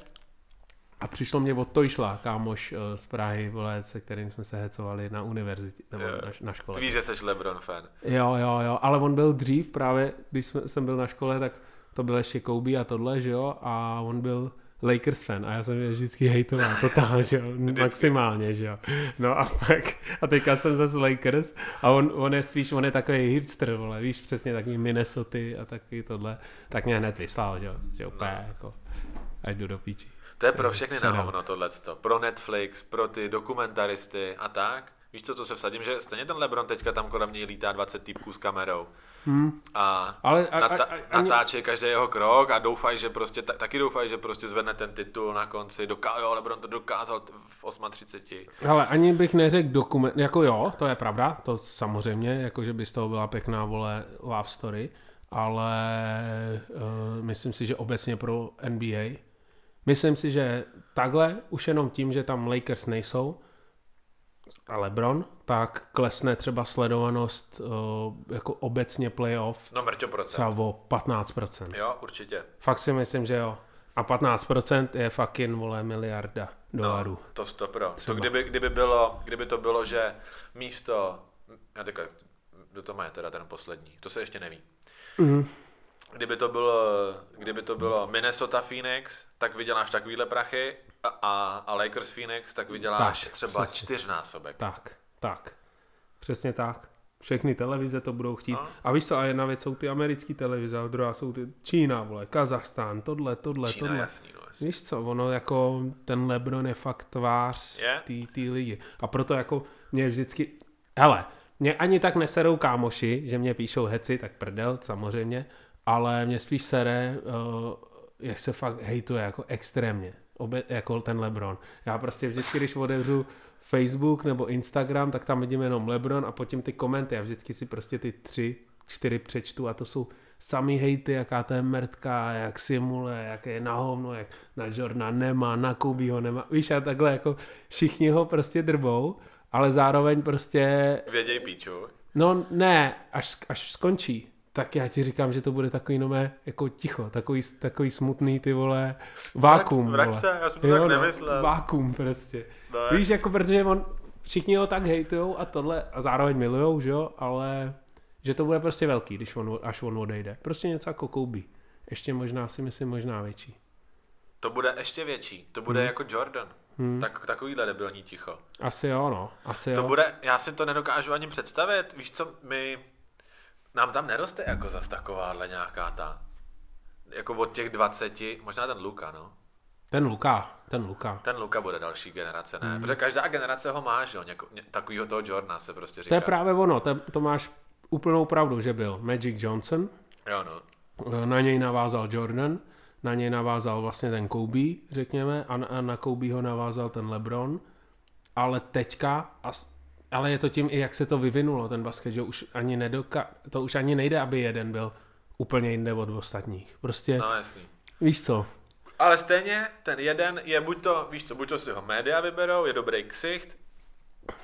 A přišlo mě od Tojšla, kámoš eh, z Prahy, vole, se kterým jsme se hecovali na univerzitě, nebo
Jo.
na, na škole.
Víš, že jsi Lebron fan.
Jo, jo, jo, ale on byl dřív právě, když jsme- jsem byl na škole, tak to byl ještě Kobe a tohle, že jo, a on byl Lakers fan a já jsem je vždycky hejtoval, totálně, že jo, maximálně, že jo. No a pak, a teďka jsem zase Lakers a on, on je spíš, on je takový hipster, vole, víš, přesně takový Minnesota a takový tohle, tak mě hned vyslal, že jo, že úplně jako, ať jdu do píči.
To je pro všechny na
Shoutout.
hovno tohleto. Pro Netflix, pro ty dokumentaristy a tak. Víš co, to se vsadím, že stejně ten Lebron teďka tam kolem něj lítá 20 týpků s kamerou. Hmm. A,
Ale a- a-
nata-
a- a-
natáčí každý jeho krok a doufají, že prostě, ta- taky doufají, že prostě zvedne ten titul na konci. Doká- jo, Lebron to dokázal t- v 38.
Ale ani bych neřekl dokument, jako jo, to je pravda, to samozřejmě, jako že by z toho byla pěkná, vole, love story, ale uh, myslím si, že obecně pro NBA, myslím si, že takhle, už jenom tím, že tam Lakers nejsou, a LeBron, tak klesne třeba sledovanost uh, jako obecně playoff
No mrťo procent.
třeba o 15%.
Jo, určitě.
Fakt si myslím, že jo. A 15% je fucking, vole, miliarda dolarů.
No, to stopro. To kdyby, kdyby, bylo, kdyby to bylo, že místo, já teďka, kdo to má je teda ten poslední, to se ještě neví. Mm. Kdyby to bylo, kdyby to bylo Minnesota Phoenix, tak vyděláš takovýhle prachy a, a, a Lakers Phoenix, tak vyděláš
Tak,
tak, třeba přesně. čtyřnásobek.
Tak, tak. Přesně tak. Všechny televize to budou chtít.
No.
A víš co, a jedna věc jsou ty americké televize, a druhá jsou ty Čína, vole, Kazachstán, tohle, tohle,
Čína,
tohle.
jasný, no, jasný.
Víš co, ono jako ten Lebron je fakt tvář
Je.
té yeah. ligy. A proto jako mě vždycky, hele, mě ani tak neserou kámoši, že mě píšou heci, tak prdel, samozřejmě, ale mě spíš sere, uh, jak se fakt hejtuje, jako extrémně, obe, jako ten Lebron. Já prostě vždycky, když otevřu Facebook nebo Instagram, tak tam vidím jenom Lebron a potom ty komenty a vždycky si prostě ty tři, čtyři přečtu a to jsou samý hejty, jaká to je mrtka, jak simule, jak je na hovno, jak na Jordana nemá, na Kobeho nemá. Víš, a takhle jako všichni ho prostě drbou, ale zároveň prostě,
Věděj píču.
no ne, až, až skončí, tak já ti říkám, že to bude takový nové jako ticho, takový, takový smutný ty vole, vákum.
vrať
vole.
se, já jsem to tak nemyslel.
Vákum prostě.
No,
Víš, jako protože on, všichni ho tak hejtujou a tohle a zároveň milujou, že jo, ale že to bude prostě velký, když on, až on odejde. Prostě něco jako Kobe. Ještě možná si myslím, možná větší.
To bude ještě větší, to bude hmm. jako Jordan. Hmm. Tak, takovýhle debilní ticho.
Asi jo, no. Asi
To
jo.
bude, já si to nedokážu ani představit, víš co, my, nám tam neroste jako zas takováhle nějaká ta, jako od těch 20, možná ten Luka, no.
Ten Luka, ten Luka.
Ten Luka bude další generace,
Hmm.
ne? Mm. Protože každá generace ho má, že jo, něko, ně, takovýho toho Jordana se prostě říká.
To je právě ono, to, je- to máš úplnou pravdu, že byl Magic Johnson,
Jo, no.
Eh, na něj navázal Jordan, na něj navázal vlastně ten Kobe, řekněme, a na, a na Kobe ho navázal ten LeBron, ale teďka, a s- ale je to tím i jak se to vyvinulo, ten basket, že už ani nedoka, to už ani nejde, aby jeden byl úplně jinde od ostatních. Prostě, no.
No, jasný.
víš co,
Ale stejně ten jeden je buď to, víš co, buď to si ho média vyberou, je dobrý ksicht,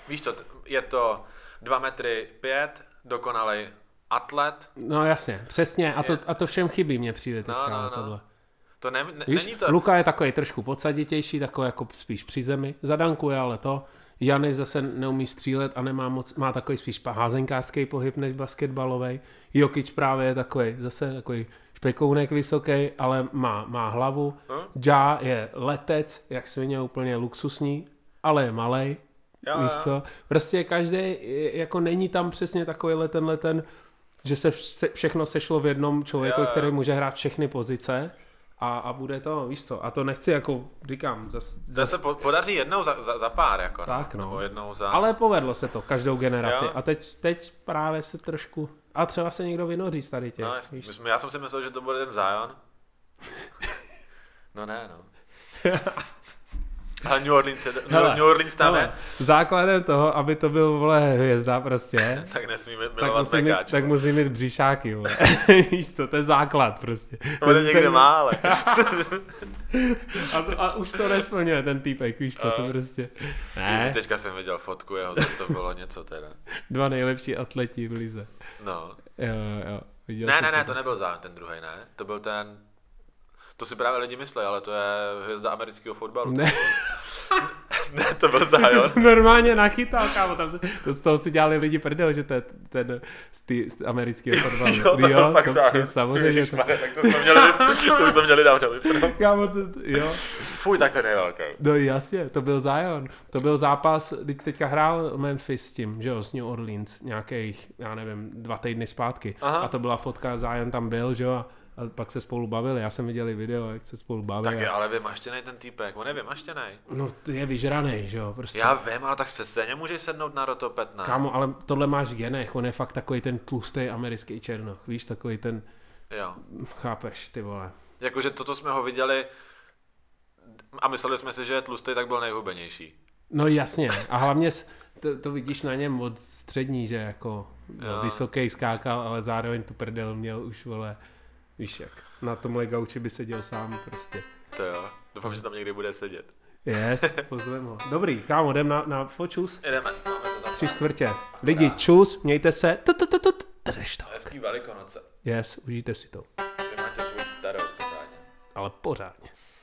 víš co, t- je to 2 metry 5, dokonalej atlet,
no jasně, přesně, a to, a to všem chybí, mně přijde teďka
no,
no, no,
no.
tohle.
to ne, ne,
Víš,
není to...
Luka je takový trošku podsaditější, takový jako spíš při zemi. Zadankuje ale to. Jany zase neumí střílet a nemá moc, má takový spíš pa- házenkářský pohyb než basketbalový. Jokic právě je takový, zase takový špekounek vysoký, ale má, má hlavu.
Hm?
Ja je letec, jak svině úplně luxusní, ale je malej.
Jo,
Víš
jo.
co? Prostě každý, je- jako není tam přesně takovýhle tenhle ten, že se vše, všechno sešlo v jednom člověku,
Jo, jo.
který může hrát všechny pozice a, a bude to, víš co, a to nechci jako, říkám, zas, zas,
Zase po, podaří jednou za, za, za pár, jako no.
Tak, no.
Nebo jednou za...
ale povedlo se to každou generaci
Jo.
a teď, teď právě se trošku, a třeba se někdo vynoří z tady těch,
No,
no,
jasný.
víš,
My jsme, já jsem si myslel, že to bude ten Zion. No ne, no. Ale New Orleans, je,
Hele,
New, New Orleans tam
hele,
je.
základem toho, aby to byl, vole, hvězda prostě,
[LAUGHS] Tak nesmíme
tak
milovat
musí, mít,
mekáč.
tak
Tak
musí mít
[LAUGHS]
bříšáky, vole. Víš co, to je základ prostě.
to někde jako.
Ten-
má, ale.
A, to, a už to nesplňuje ten týpek, víš co, to prostě.
No. Ježiš,
Ne,
Teďka jsem viděl fotku jeho, zase to bylo něco teda.
dva nejlepší atleti v lize.
No.
Jo, jo, jo. Viděl
Ne,
jsem
ne, ne,
to.
to nebyl Zion, ten druhý, ne. To byl ten... To si právě lidi myslí, ale to je hvězda amerického fotbalu.
Ne,
[LAUGHS] ne to byl
ty
zájon.
jsi se normálně nachytal, kámo, tam se, to z toho si dělali lidi prdel, že to je ten z, ty, z
[LAUGHS]
amerického fotbalu.
Jo, to byl fakt
to,
zájem.
to, samozřejmě. To,
Ježišmarja, tak to jsme měli, to už jsme měli dávno vypnout.
kámo, to, jo.
Fuj, tak ten je velký.
No jasně, to byl Zion. To byl zápas, když teďka hrál Memphis s tím, že jo, s New Orleans, nějakých, já nevím, dva týdny zpátky.
Aha.
Aha. A to byla fotka, Zion tam byl, že jo, a, a pak se spolu bavili. Já jsem viděl i video, jak se spolu bavili.
Tak je ale vymaštěnej ten týpek, on je vymaštěnej.
No, ty je vyžranej, že jo, prostě.
Já vím, ale tak se stejně můžeš sednout na rotopet, ne?
Kámo, ale tohle máš v genech, on je fakt takový ten tlustý americký černoch, víš, takový ten,
Jo.
chápeš, ty vole.
Jakože toto jsme ho viděli a mysleli jsme si, že je tlustý, tak byl nejhubenější.
No jasně, a hlavně s- to, to vidíš na něm od střední, že jako
Jo.
no, vysoký skákal, ale zároveň tu prdel měl už, vole, víš jak, na tomhle gauči by seděl sám prostě.
To jo. Doufám, že tam někdy bude sedět.
Yes, pozvem ho. Dobrý, kámo, jdem na, na fočus.
Jdeme, máme to tam.
Tři čtvrtě. Lidi, čus, mějte se. Tu, tu, tu, tu, tu, drž to.
Hezký velikonoce.
Yes, užijte si to.
Vy máte svůj starou pořádně.
Ale pořádně.